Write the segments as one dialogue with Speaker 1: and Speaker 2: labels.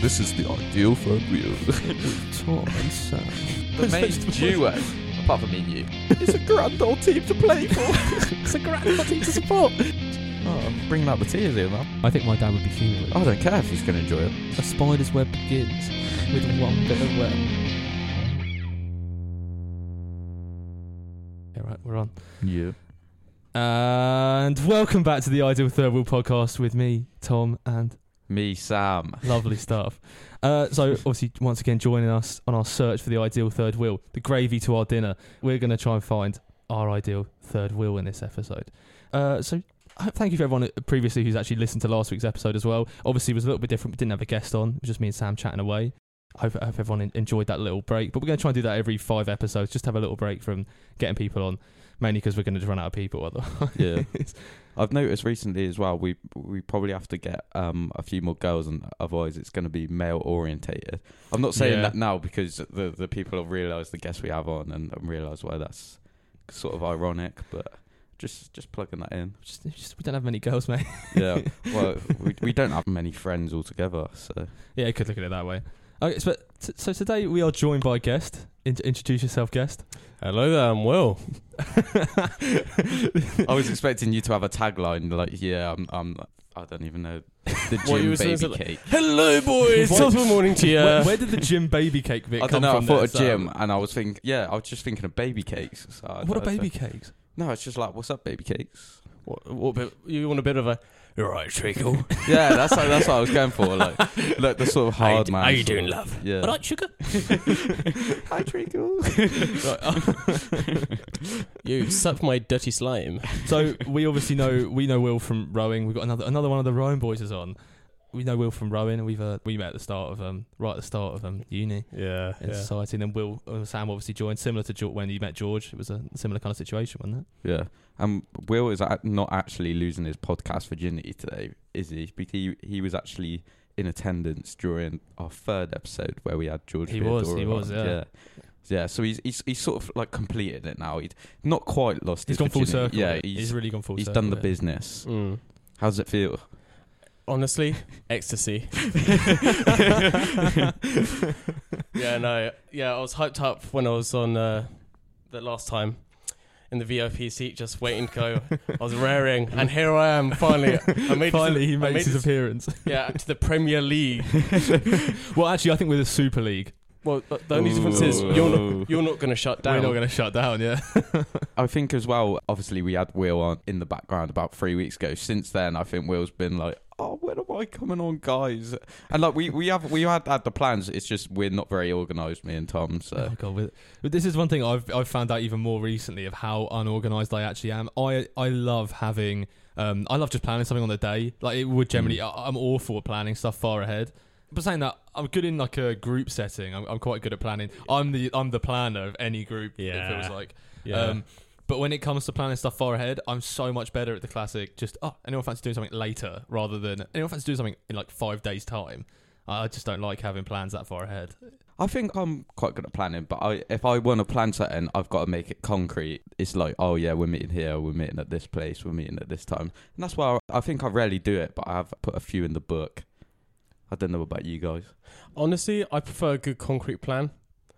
Speaker 1: This is the ideal third wheel.
Speaker 2: Tom and Sam.
Speaker 3: The main duo, apart from me and you.
Speaker 2: It's a grand old team to play for. it's a grand old team to support. Oh, bringing out the tears here, man.
Speaker 4: I think my dad would be fuming.
Speaker 2: I don't care if he's going to enjoy it.
Speaker 4: Oh, A spider's web begins with one bit of web. All right, we're on.
Speaker 2: Yeah.
Speaker 4: And welcome back to the Ideal Third Wheel podcast with me, Tom, and
Speaker 3: Me, Sam.
Speaker 4: lovely stuff. Uh, so, obviously, once again, joining us on our search for the ideal third wheel, the gravy to our dinner. We're going to try and find our ideal third wheel in this episode. Uh, so, I- thank you for everyone uh, previously who's actually listened to last week's episode as well. Obviously, it was a little bit different. We didn't have a guest on, it was just me and Sam chatting away. I hope, I hope everyone en- enjoyed that little break. But we're going to try and do that every five episodes, just have a little break from getting people on, mainly because we're going to run out of people otherwise.
Speaker 3: Yeah. I've noticed recently as well. We we probably have to get um a few more girls, and otherwise it's going to be male orientated. I'm not saying
Speaker 4: Yeah.
Speaker 3: that now because the the people have realised the guests we have on and, and realised why that's sort of ironic, but. Just, just plugging that in.
Speaker 4: just, just, we don't have many girls, mate.
Speaker 3: Yeah. Well, we, we don't have many friends altogether, so
Speaker 4: Yeah, you could look at it that way. Okay, so, t- so today we are joined by a guest. In- introduce yourself, guest.
Speaker 5: Hello there, I'm Will.
Speaker 3: I was expecting you to have a tagline like, "Yeah, I'm, I'm I don't even know the
Speaker 5: What, you
Speaker 3: gym
Speaker 5: were
Speaker 3: baby
Speaker 5: supposed to-
Speaker 3: cake."
Speaker 5: Hello, boys.
Speaker 4: What?
Speaker 5: Top of the morning to you.
Speaker 4: Where, where did the gym baby cake bit
Speaker 3: I don't
Speaker 4: come
Speaker 3: know. I
Speaker 4: from?
Speaker 3: thought a
Speaker 4: there, Sam?
Speaker 3: gym, and I was thinking, yeah, I was just thinking of baby cakes. So I-
Speaker 4: What
Speaker 3: I
Speaker 4: are baby
Speaker 3: think-
Speaker 4: cakes?
Speaker 3: No, it's just like, what's up, baby cakes?
Speaker 5: What- what bit- you want a bit of a. All right, treacle.
Speaker 3: yeah, that's like, that's what I was going for. Like, like the sort of
Speaker 5: How you
Speaker 3: hard
Speaker 5: d-
Speaker 3: man.
Speaker 5: How you
Speaker 3: sort
Speaker 5: doing,
Speaker 3: of-
Speaker 5: love?
Speaker 3: Yeah.
Speaker 5: All right, sugar.
Speaker 3: Hi, Treacle.
Speaker 5: You sucked my dirty slime.
Speaker 4: So we obviously know we know Will from rowing. We've got another another one of the rowing boys is on. We know Will from rowing, and we've uh, we met at the start of um right at the start of um uni
Speaker 5: Yeah.
Speaker 4: in society. And then Will uh, Sam obviously joined, similar to Ge- when you met George. It was a similar kind of situation, wasn't it?
Speaker 3: Yeah. And Will is ac- not actually losing his podcast virginity today, is he? Because he, he was actually in attendance during our third episode where we had George.
Speaker 4: He was,
Speaker 3: Theodora
Speaker 4: he was,
Speaker 3: on.
Speaker 4: yeah.
Speaker 3: yeah. Yeah, so he's, he's he's sort of like completed it now. He'd not quite lost.
Speaker 4: He's
Speaker 3: his
Speaker 4: gone full
Speaker 3: virginity.
Speaker 4: circle.
Speaker 3: Yeah,
Speaker 4: with it.
Speaker 3: he's
Speaker 4: he's really gone full
Speaker 3: he's
Speaker 4: circle.
Speaker 3: done the
Speaker 4: with it.
Speaker 3: business.
Speaker 5: Mm.
Speaker 3: How does it feel?
Speaker 5: Honestly, ecstasy. yeah, no. Yeah, I was hyped up when I was on uh, the last time in the VIP seat, just waiting to go. I was raring, and here I am, finally. I made
Speaker 4: Finally,
Speaker 5: this,
Speaker 4: he
Speaker 5: I
Speaker 4: makes
Speaker 5: made
Speaker 4: his
Speaker 5: this-
Speaker 4: appearance.
Speaker 5: Yeah, to the Premier League.
Speaker 4: well, actually, I think we're the Super League.
Speaker 5: Well, but the only difference is you're not, you're not going to shut down.
Speaker 4: We're not going to shut down, yeah.
Speaker 3: I think as well. Obviously, we had Will on in the background about three weeks ago. Since then, I think Will's been like, "Oh, when am I coming on, guys?" And like we we have we had had the plans. It's just we're not very organised, me and Tom.
Speaker 4: Oh
Speaker 3: So
Speaker 4: my god! With, but this is one thing I've I've found out even more recently of how unorganized I actually am. I I love having um I love just planning something on the day. Like it would generally I, I'm awful at planning stuff far ahead. But saying that, I'm good in like a group setting. I'm, I'm quite good at planning. I'm the I'm the planner of any group. It
Speaker 5: Yeah.
Speaker 4: feels like.
Speaker 5: Yeah.
Speaker 4: Um, but when it comes to planning stuff far ahead, I'm so much better at the classic. Just oh, anyone fancy doing something later rather than anyone fancy doing something in like five days time. I I just don't like having plans that far ahead.
Speaker 3: I think I'm quite good at planning. But I, if I want to plan something, I've got to make it concrete. It's like, oh yeah, we're meeting here, we're meeting at this place, we're meeting at this time, and that's why I, I think I rarely do it. But I have put a few in the book. I don't know about you guys.
Speaker 5: Honestly, I prefer a good concrete plan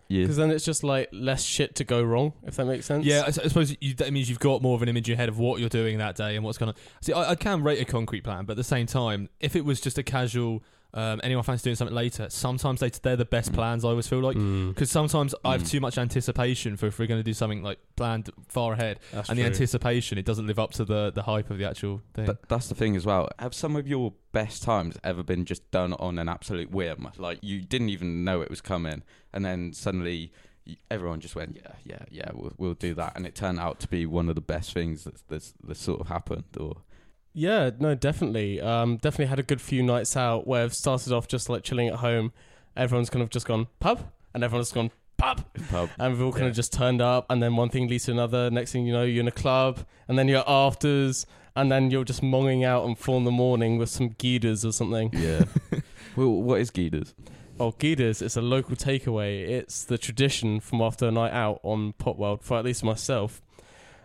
Speaker 3: Yeah.
Speaker 5: because then it's just like less shit to go wrong, if that makes sense.
Speaker 4: Yeah, I, s- I suppose you, that means you've got more of an image in your head of what you're doing that day and what's going to. See, I, I can rate a concrete plan, but at the same time, if it was just a casual, um, anyone fancy doing something later, sometimes they, they're the best
Speaker 3: Mm.
Speaker 4: plans, I always feel like.
Speaker 5: Mm,
Speaker 4: Because sometimes I have
Speaker 3: Mm.
Speaker 4: too much anticipation for if we're going to do something like planned far ahead,
Speaker 5: that's
Speaker 4: and
Speaker 5: true.
Speaker 4: the anticipation it doesn't live up to the, the hype of the actual thing.
Speaker 3: But that's the thing as well. Have some of your best times ever been just done on an absolute whim? Like you didn't even know it was coming, and then suddenly y- everyone just went, "Yeah, yeah, yeah, we'll, we'll do that," and it turned out to be one of the best things that's that's, that's sort of happened. Or
Speaker 5: yeah, no, definitely. Um, definitely had a good few nights out where I've started off just like chilling at home. Everyone's kind of just gone pub, and everyone's gone pub,
Speaker 3: pub.
Speaker 5: and we've all kind of just turned up, and then one thing leads to another. Next thing you know, you're in a club, and then you're afters, and then you're just monging out on four in the morning with some geeders or something.
Speaker 3: Yeah. well, what is Geeders?
Speaker 5: Oh, Gida's it's a local takeaway. It's the tradition from after a night out on Potworld, for at least myself,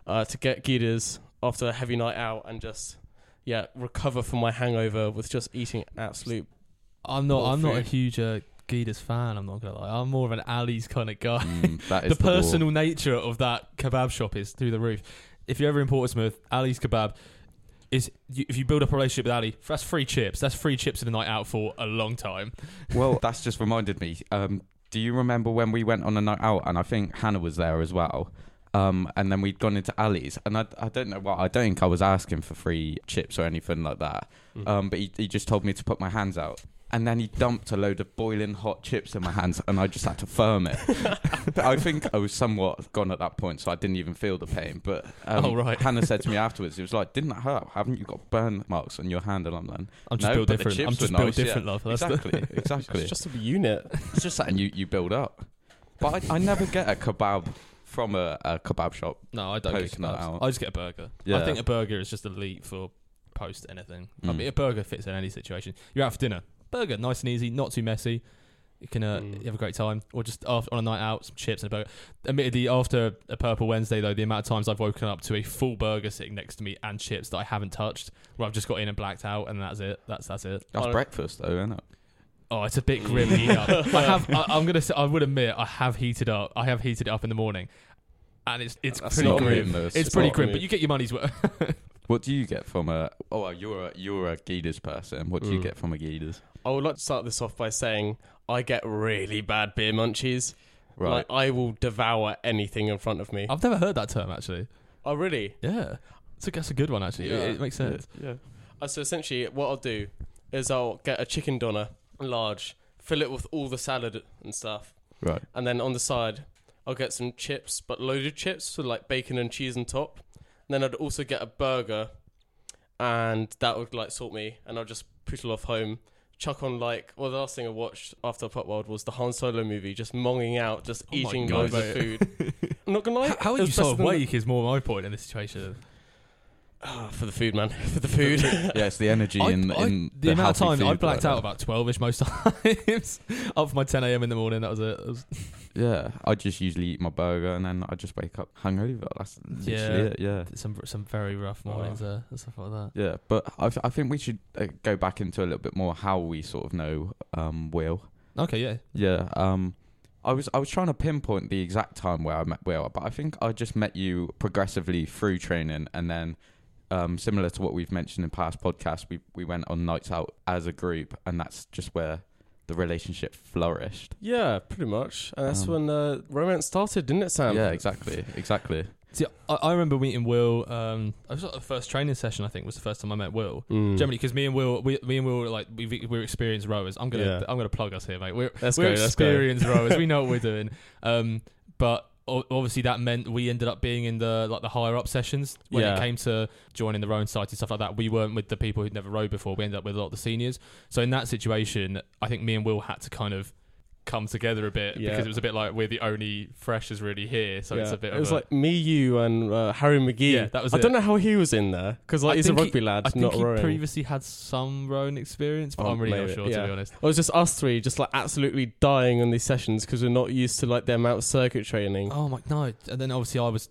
Speaker 5: uh, to get Gida's after a heavy night out and just, yeah, recover from my hangover with just eating absolute
Speaker 4: I'm not.
Speaker 3: More
Speaker 4: I'm not a
Speaker 3: food.
Speaker 4: huge uh, Guidas fan. I'm not gonna lie. I'm more of an Ali's kind of guy.
Speaker 3: Mm, that
Speaker 4: the,
Speaker 3: is the, law.
Speaker 4: personal nature of that kebab shop is through the roof. If you're ever in Portsmouth, Ali's Kebab is. You, if you build up a relationship with Ali, that's free chips. That's free chips in a night out for a long time.
Speaker 3: Well, that's just reminded me. Um, do you remember when we went on a night out and I think Hannah was there as well? Um, and then we'd gone into alleys, and I, I don't know what I don't think I was asking for free chips or anything like that.
Speaker 4: Mm.
Speaker 5: Mhm.
Speaker 3: Um, but he, he just told me to put my hands out, and then he dumped a load of boiling hot chips in my hands, and I just had to firm it. but I think I was somewhat gone at that point, so I didn't even feel the pain. But um,
Speaker 4: Oh, right.
Speaker 3: Hannah said to me afterwards, "It was like, didn't that hurt? Haven't you got burn marks on your hand?" And I'm like,
Speaker 4: I'm just
Speaker 3: No,
Speaker 4: built
Speaker 3: but the
Speaker 4: different.
Speaker 3: chips
Speaker 4: I'm just
Speaker 3: were
Speaker 4: built
Speaker 3: nice, yeah.
Speaker 4: different, love. That's the-
Speaker 3: "Exactly, exactly."
Speaker 5: It's just a unit.
Speaker 3: It's just something you, you build up. But I, I never get a kebab from a, a kebab shop.
Speaker 4: No, I don't get
Speaker 3: Post night
Speaker 4: kebabs.
Speaker 3: out.
Speaker 4: I just get a burger. I
Speaker 3: Yeah.
Speaker 4: think a burger is just elite for post anything. I
Speaker 3: Mm.
Speaker 4: mean, a burger fits in any situation. You're out for dinner, burger, nice and easy, not too messy. You can uh,
Speaker 5: Mm.
Speaker 4: you have a great time, or just after, on a night out, some chips and a burger. Admittedly, after a Purple Wednesday, though, the amount of times I've woken up to a full burger sitting next to me and chips that I haven't touched, where I've just got in and blacked out, and that's it. That's that's it.
Speaker 3: That's
Speaker 5: I-
Speaker 3: breakfast though, isn't it?
Speaker 4: Oh, it's a bit grim. heat up. I have. I, I'm gonna. Say, I would admit I have heated up. I have heated it up in the morning, and it's it's
Speaker 5: That's
Speaker 4: pretty
Speaker 5: not
Speaker 4: grim.
Speaker 5: good.
Speaker 4: It's pretty
Speaker 5: not
Speaker 4: grim,
Speaker 5: me.
Speaker 4: but you get your money's worth.
Speaker 3: What do you get from a? Oh, well, you're a you're a Giders person. What do you
Speaker 5: Mm.
Speaker 3: get from a Giders?
Speaker 5: I would like to start this off by saying I get really bad beer munchies.
Speaker 3: Right.
Speaker 5: Like I will devour anything in front of me.
Speaker 4: I've never heard that term actually.
Speaker 5: oh, really?
Speaker 4: Yeah, it's a, that's a good one actually. It,
Speaker 5: Yeah.
Speaker 4: it makes sense.
Speaker 5: Yeah. Uh, so essentially, what I'll do is I'll get a chicken doner, large, fill it with all the salad and stuff,
Speaker 3: Right.
Speaker 5: and then on the side, I'll get some chips, but loaded chips with like bacon and cheese on top. And then I'd also get a burger, and that would like sort me, and I'll just poodle off home. Chuck on like well the last thing I watched after Pop World was the Han Solo movie, just monging out, just
Speaker 4: Oh my
Speaker 5: eating
Speaker 4: God,
Speaker 5: loads of food. I'm not gonna lie,
Speaker 4: How, how
Speaker 5: it
Speaker 4: are you
Speaker 5: was better
Speaker 4: so
Speaker 5: than-
Speaker 4: awake is more my point in this situation.
Speaker 5: Ah, for the food, man, for the food.
Speaker 3: Yeah, it's the energy
Speaker 4: I-
Speaker 3: in,
Speaker 4: I-
Speaker 3: in
Speaker 4: the, amount of
Speaker 3: healthy
Speaker 4: time I
Speaker 3: food
Speaker 4: blacked
Speaker 3: like
Speaker 4: out about twelve-ish most times. Up for my ten a.m. in the morning. That was it. That was-
Speaker 3: that. Yeah, I just usually eat my burger and then I just wake up hungover. That's literally
Speaker 4: Yeah.
Speaker 3: it. Yeah.
Speaker 4: some some very rough mornings there and stuff like that.
Speaker 3: Yeah, but I, th- I think we should uh, go back into a little bit more how we sort of know um, Will.
Speaker 4: Okay, yeah.
Speaker 3: Yeah. Um, I was I was trying to pinpoint the exact time where I met Will, but I think I just met you progressively through training, and then um, similar to what we've mentioned in past podcasts, we we went on nights out as a group, and that's just where the relationship flourished.
Speaker 5: Yeah, pretty much. And that's
Speaker 3: Um,
Speaker 5: when uh, romance started, didn't it, Sam?
Speaker 3: yeah, exactly, exactly.
Speaker 4: See, I, I remember meeting Will. Um, I was at the first training session. I think was the first time I met Will.
Speaker 5: Mm.
Speaker 4: Generally, because me and Will, we, me and Will, are like we we're experienced rowers. I'm gonna
Speaker 5: Yeah.
Speaker 4: I'm gonna plug us here, mate. We're
Speaker 5: Let's
Speaker 4: we're
Speaker 5: go, let's go.
Speaker 4: experienced rowers. We know what we're doing. Um, but o- obviously that meant we ended up being in the like the higher up sessions when it
Speaker 5: Yeah.
Speaker 4: came to joining the rowing society stuff like that. We weren't with the people who'd never rowed before. We ended up with a lot of the seniors. So in that situation, I think me and Will had to kind of come together a bit
Speaker 5: Yeah.
Speaker 4: because it was a bit like we're the only freshers really here. So it's
Speaker 5: Yeah.
Speaker 4: a bit.
Speaker 5: It
Speaker 4: of
Speaker 5: was
Speaker 4: a,
Speaker 5: like me, you, and uh, Harry McGee.
Speaker 4: Yeah, that was
Speaker 5: I
Speaker 4: it.
Speaker 5: don't know how he was in there because like
Speaker 4: I
Speaker 5: he's a
Speaker 4: think he-
Speaker 5: rugby lad,
Speaker 4: I think
Speaker 5: not
Speaker 4: he
Speaker 5: rowing.
Speaker 4: previously had some rowing experience, but
Speaker 5: Oh,
Speaker 4: I'm really not
Speaker 5: maybe,
Speaker 4: sure to
Speaker 5: yeah.
Speaker 4: be honest.
Speaker 5: it was just us three, just like absolutely dying on these sessions because we're not used to like the amount of circuit training.
Speaker 4: Oh my no! And then obviously I was,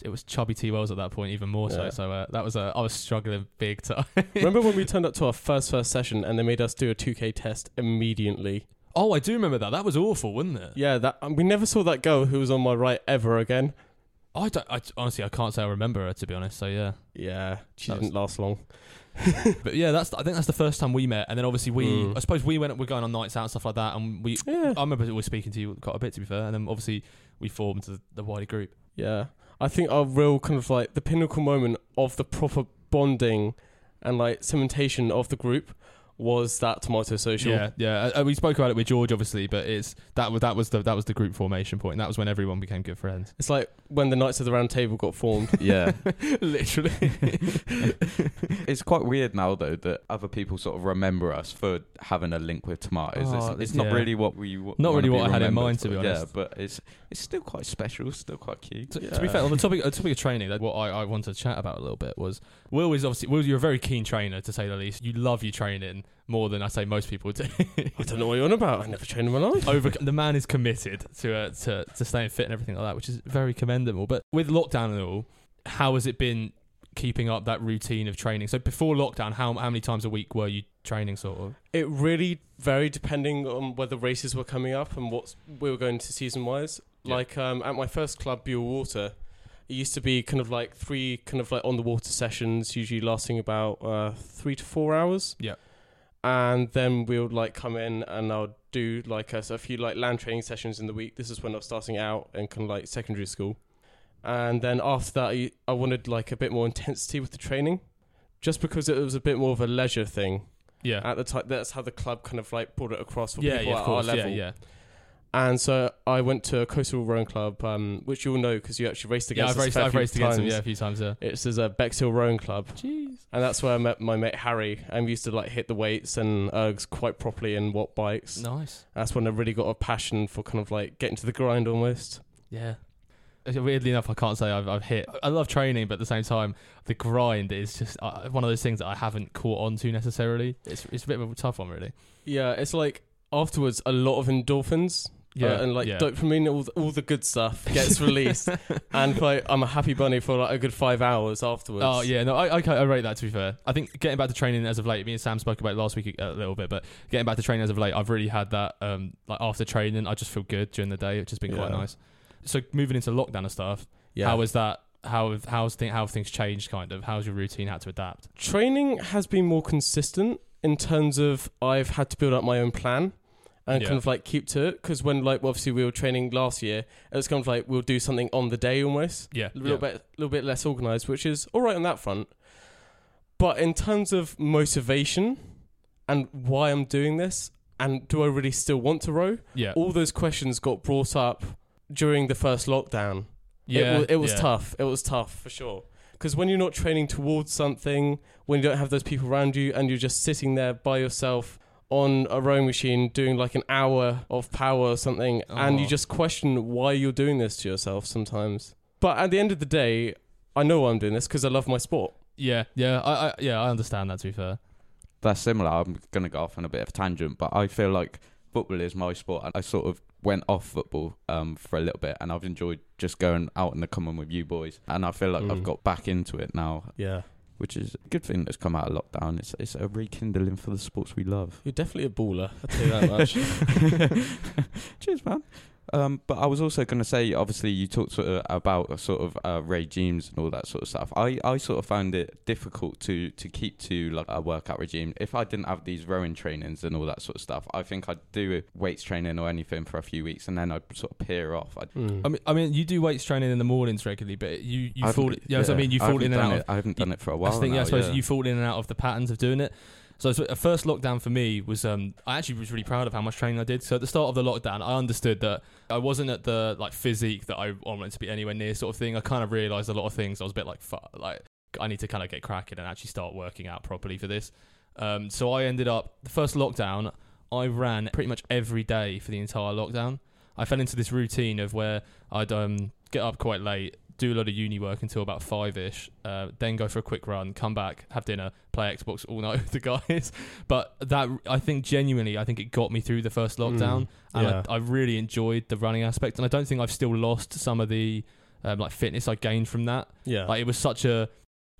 Speaker 4: it was chubby T Wells at that point even more so.
Speaker 5: Yeah.
Speaker 4: So uh, that was uh, I was struggling big time.
Speaker 5: Remember when we turned up to our first first session and they made us do a 2K test immediately?
Speaker 4: oh, I do remember that. That was awful, wasn't it?
Speaker 5: Yeah, that and we never saw that girl who was on my right ever again.
Speaker 4: I don't. I, honestly, I can't say I remember her to be honest. So yeah.
Speaker 5: Yeah, she
Speaker 4: That was-
Speaker 5: didn't last long.
Speaker 4: But yeah, that's. I think that's the first time we met, and then obviously we.
Speaker 5: Mm.
Speaker 4: I suppose we went. We're going on nights out and stuff like that, and we.
Speaker 5: Yeah,
Speaker 4: I remember always speaking to you quite a bit, to be fair, and then obviously we formed the, the wider group.
Speaker 5: Yeah. I think our real kind of like the pinnacle moment of the proper bonding and like cementation of the group was that tomato social.
Speaker 4: Yeah, yeah. Uh, uh, we spoke about it with George, obviously, but it's that was that was the that was the group formation point. And that was when everyone became good friends.
Speaker 5: It's like when the Knights of the Round Table got formed.
Speaker 3: Yeah,
Speaker 4: Literally.
Speaker 3: it's quite weird now though that other people sort of remember us for having a link with tomatoes.
Speaker 4: Oh,
Speaker 3: it's, it's not
Speaker 4: yeah.
Speaker 3: really what we w-
Speaker 4: Not
Speaker 3: wanna
Speaker 4: really
Speaker 3: be
Speaker 4: what I had in
Speaker 3: remembered
Speaker 4: mind, to
Speaker 3: for.
Speaker 4: be
Speaker 3: Yeah,
Speaker 4: honest.
Speaker 3: but it's it's still quite special, still quite cute.
Speaker 4: To, to be
Speaker 5: Yeah.
Speaker 4: fair, on the topic, uh, topic of training, like, what I, I wanted to chat about a little bit was Will is obviously Will. You're a very keen trainer, to say the least. You love your training more than I say most people do.
Speaker 5: I don't know what you're on about. I never trained in my life.
Speaker 4: Over the man is committed to uh, to to staying fit and everything like that, which is very commendable. But with lockdown and all, how has it been keeping up that routine of training? So before lockdown, how how many times a week were you training, sort of?
Speaker 5: It really varied depending on whether races were coming up and what we were going to season wise.
Speaker 4: Yeah.
Speaker 5: Like um, at my first club, Buell Water, it used to be kind of like three kind of like on the water sessions, usually lasting about uh, three to four hours.
Speaker 4: Yeah.
Speaker 5: And then we would like come in and I'll do like a, a few like land training sessions in the week. This is when I was starting out in kind of like secondary school. And then after that, I, I wanted like a bit more intensity with the training just because it was a bit more of a leisure thing
Speaker 4: Yeah,
Speaker 5: at the time that's how the club kind of like brought it across for
Speaker 4: yeah,
Speaker 5: people
Speaker 4: yeah,
Speaker 5: at
Speaker 4: of course,
Speaker 5: our level
Speaker 4: yeah, yeah.
Speaker 5: and so i went to a coastal rowing club um, which you'll know because you actually raced
Speaker 4: yeah
Speaker 5: against
Speaker 4: I've
Speaker 5: us a
Speaker 4: raced,
Speaker 5: fair
Speaker 4: I've
Speaker 5: few
Speaker 4: raced against him,
Speaker 5: times.
Speaker 4: yeah, a few times. Yeah,
Speaker 5: it's as a bexhill rowing club
Speaker 4: jeez.
Speaker 5: and that's where i met my mate harry and we used to like hit the weights and ergs quite properly and watt bikes
Speaker 4: Nice.
Speaker 5: that's when i really got a passion for kind of like getting to the grind almost
Speaker 4: Yeah. Weirdly enough, I can't say I've, I've hit. I love training, but at the same time, the grind is just uh, one of those things that I haven't caught on to necessarily. It's it's a bit of a tough one, really.
Speaker 5: yeah it's like afterwards a lot of endorphins yeah and like
Speaker 4: yeah.
Speaker 5: dopamine all the, all the good stuff gets released and like i'm a happy bunny for like a good five hours afterwards
Speaker 4: Oh yeah, no, I, I I rate that. To be fair, I think getting back to training as of late, me and Sam spoke about it last week uh, a a little bit, but getting back to training as of late, I've really had that. Um, like after training, I just feel good during the day, which has been quite
Speaker 5: Yeah.
Speaker 4: nice. So moving into lockdown and stuff,
Speaker 5: yeah
Speaker 4: how was that? How have- how's thing, how have things changed? Kind of, how's your routine had to adapt?
Speaker 5: training has been more consistent in terms of I've had to build up my own plan and
Speaker 4: Yeah.
Speaker 5: kind of like keep to it because when like obviously we were training last year it was kind of like we'll do something on the day almost
Speaker 4: Yeah,
Speaker 5: a little bit little bit less organized which is all right on that front but in terms of motivation and why I'm doing this and do I really still want to row
Speaker 4: Yeah,
Speaker 5: all those questions got brought up during the first lockdown
Speaker 4: yeah,
Speaker 5: it was, it was
Speaker 4: yeah.
Speaker 5: tough. It was tough for sure. Because when you're not training towards something, when you don't have those people around you, and you're just sitting there by yourself on a rowing machine doing like an hour of power or something, and you
Speaker 4: Oh.
Speaker 5: just question why you're doing this to yourself sometimes. But at the end of the day, I know why I'm doing this because I love my sport.
Speaker 4: Yeah, yeah, I, I yeah, I understand that. To be fair,
Speaker 3: that's similar. I'm going to go off on a bit of a tangent, but I feel like football is my sport. And I sort of went off football um, for a little bit, and I've enjoyed just going out in the common with you boys. And I feel like I've
Speaker 5: Mm.
Speaker 3: got back into it now,
Speaker 5: Yeah,
Speaker 3: which is a good thing that's come out of lockdown. It's it's a rekindling for the sports we love.
Speaker 5: you're definitely a baller. I tell you that much.
Speaker 3: Cheers, man. Um, but I was also going to say, obviously, you talked sort of about sort of uh, regimes and all that sort of stuff. I, I sort of found it difficult to to keep to like a workout regime. If I didn't have these rowing trainings and all that sort of stuff, I think I'd do weights training or anything for a few weeks and then I'd sort of peer off. I'd,
Speaker 5: Mm.
Speaker 4: I mean, I mean, you do weights training in the mornings regularly, but you you
Speaker 3: I
Speaker 4: fall,
Speaker 3: haven't-
Speaker 4: yeah, so I mean, you fall
Speaker 3: haven't
Speaker 4: in and
Speaker 3: done
Speaker 4: out.
Speaker 3: It, I haven't done it for a while.
Speaker 4: That's the thing,
Speaker 3: now,
Speaker 4: yeah, I suppose
Speaker 3: yeah.
Speaker 4: you fall in and out of the patterns of doing it. So, so a first lockdown for me was um, I actually was really proud of how much training I did. So at the start of the lockdown, I understood that I wasn't at the like physique that I wanted to be anywhere near sort of thing. I kind of realized a lot of things. I was a bit like, fuck, like I need to kind of get cracking and actually start working out properly for this. Um, so I ended up the first lockdown. I ran pretty much every day for the entire lockdown. I fell into this routine of where I'd um, get up quite late, do a lot of uni work until about five ish, uh, then go for a quick run, come back, have dinner, play Xbox all night with the guys. But that I think genuinely, I think it got me through the first lockdown,
Speaker 5: Mm,
Speaker 4: and
Speaker 5: yeah.
Speaker 4: I, I really enjoyed the running aspect. And I don't think I've still lost some of the um, like fitness I gained from that.
Speaker 5: yeah,
Speaker 4: Like it was such a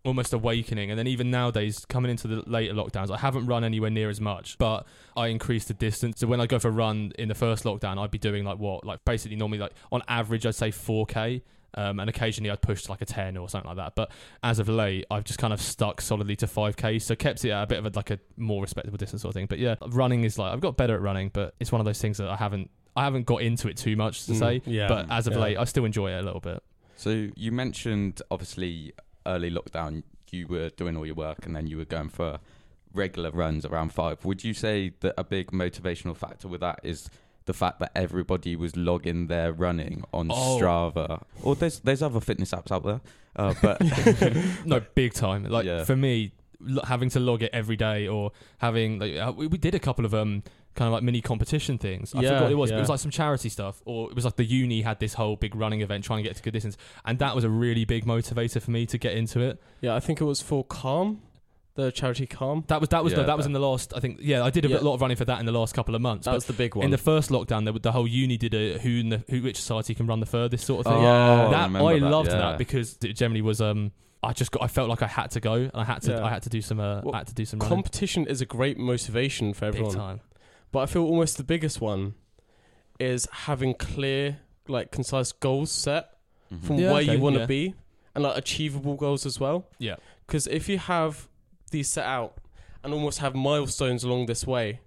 Speaker 4: almost awakening. And then even nowadays, coming into the later lockdowns, I haven't run anywhere near as much, but I increased the distance. So when I go for a run in the first lockdown, I'd be doing like what, like basically normally like on average, I'd say 4k. Um, and occasionally I'd push to like a 10 or something like that. But as of late, I've just kind of stuck solidly to 5k. So kept it at a bit of a, like a more respectable distance sort of thing. But yeah, running is like, I've got better at running, but it's one of those things that I haven't, I haven't got into it too much to
Speaker 5: Mm,
Speaker 4: say.
Speaker 5: yeah,
Speaker 4: but as of
Speaker 5: yeah.
Speaker 4: late, I still enjoy it a little bit.
Speaker 3: So you mentioned obviously early lockdown, you were doing all your work and then you were going for regular runs around five. Would you say that a big motivational factor with that is the fact that everybody was logging their running on
Speaker 4: Oh.
Speaker 3: Strava? Or there's there's other fitness apps out there, uh, but
Speaker 4: no, big time. Like
Speaker 3: Yeah.
Speaker 4: for me, lo- having to log it every day or having like uh, we, we did a couple of um kind of like mini competition things. I
Speaker 5: Yeah,
Speaker 4: forgot what it was. but It
Speaker 5: yeah.
Speaker 4: was like some charity stuff, or it was like the uni had this whole big running event trying to get to good distance, and that was a really big motivator for me to get into it.
Speaker 5: yeah. I think it was for calm. The charity Calm.
Speaker 4: That was that was the,
Speaker 3: Yeah,
Speaker 4: that was
Speaker 3: that-
Speaker 4: in the last. I think yeah, I did a bit
Speaker 5: Yeah.
Speaker 4: lot of running for that in the last couple of months.
Speaker 5: That
Speaker 4: but
Speaker 5: was the big one.
Speaker 4: in the first lockdown, the, the whole uni did a who in the who which society can run the furthest sort of
Speaker 3: Oh,
Speaker 4: thing.
Speaker 3: Yeah. I
Speaker 4: that
Speaker 3: remember
Speaker 4: I,
Speaker 3: that,
Speaker 4: loved
Speaker 3: yeah.
Speaker 4: that because it generally was um I just got I felt like I had to go and I had to
Speaker 5: Yeah.
Speaker 4: I had to do some uh,
Speaker 5: Well,
Speaker 4: I had to do some running.
Speaker 5: Competition is a great motivation for
Speaker 4: Big
Speaker 5: everyone.
Speaker 4: time.
Speaker 5: But I feel almost the biggest one is having clear, like concise goals set
Speaker 3: Mhm.
Speaker 5: from
Speaker 4: Yeah,
Speaker 5: where
Speaker 4: okay,
Speaker 5: you want to
Speaker 4: yeah.
Speaker 5: be and like achievable goals as well.
Speaker 4: Yeah.
Speaker 5: Because if you have these set out and almost have milestones along this way,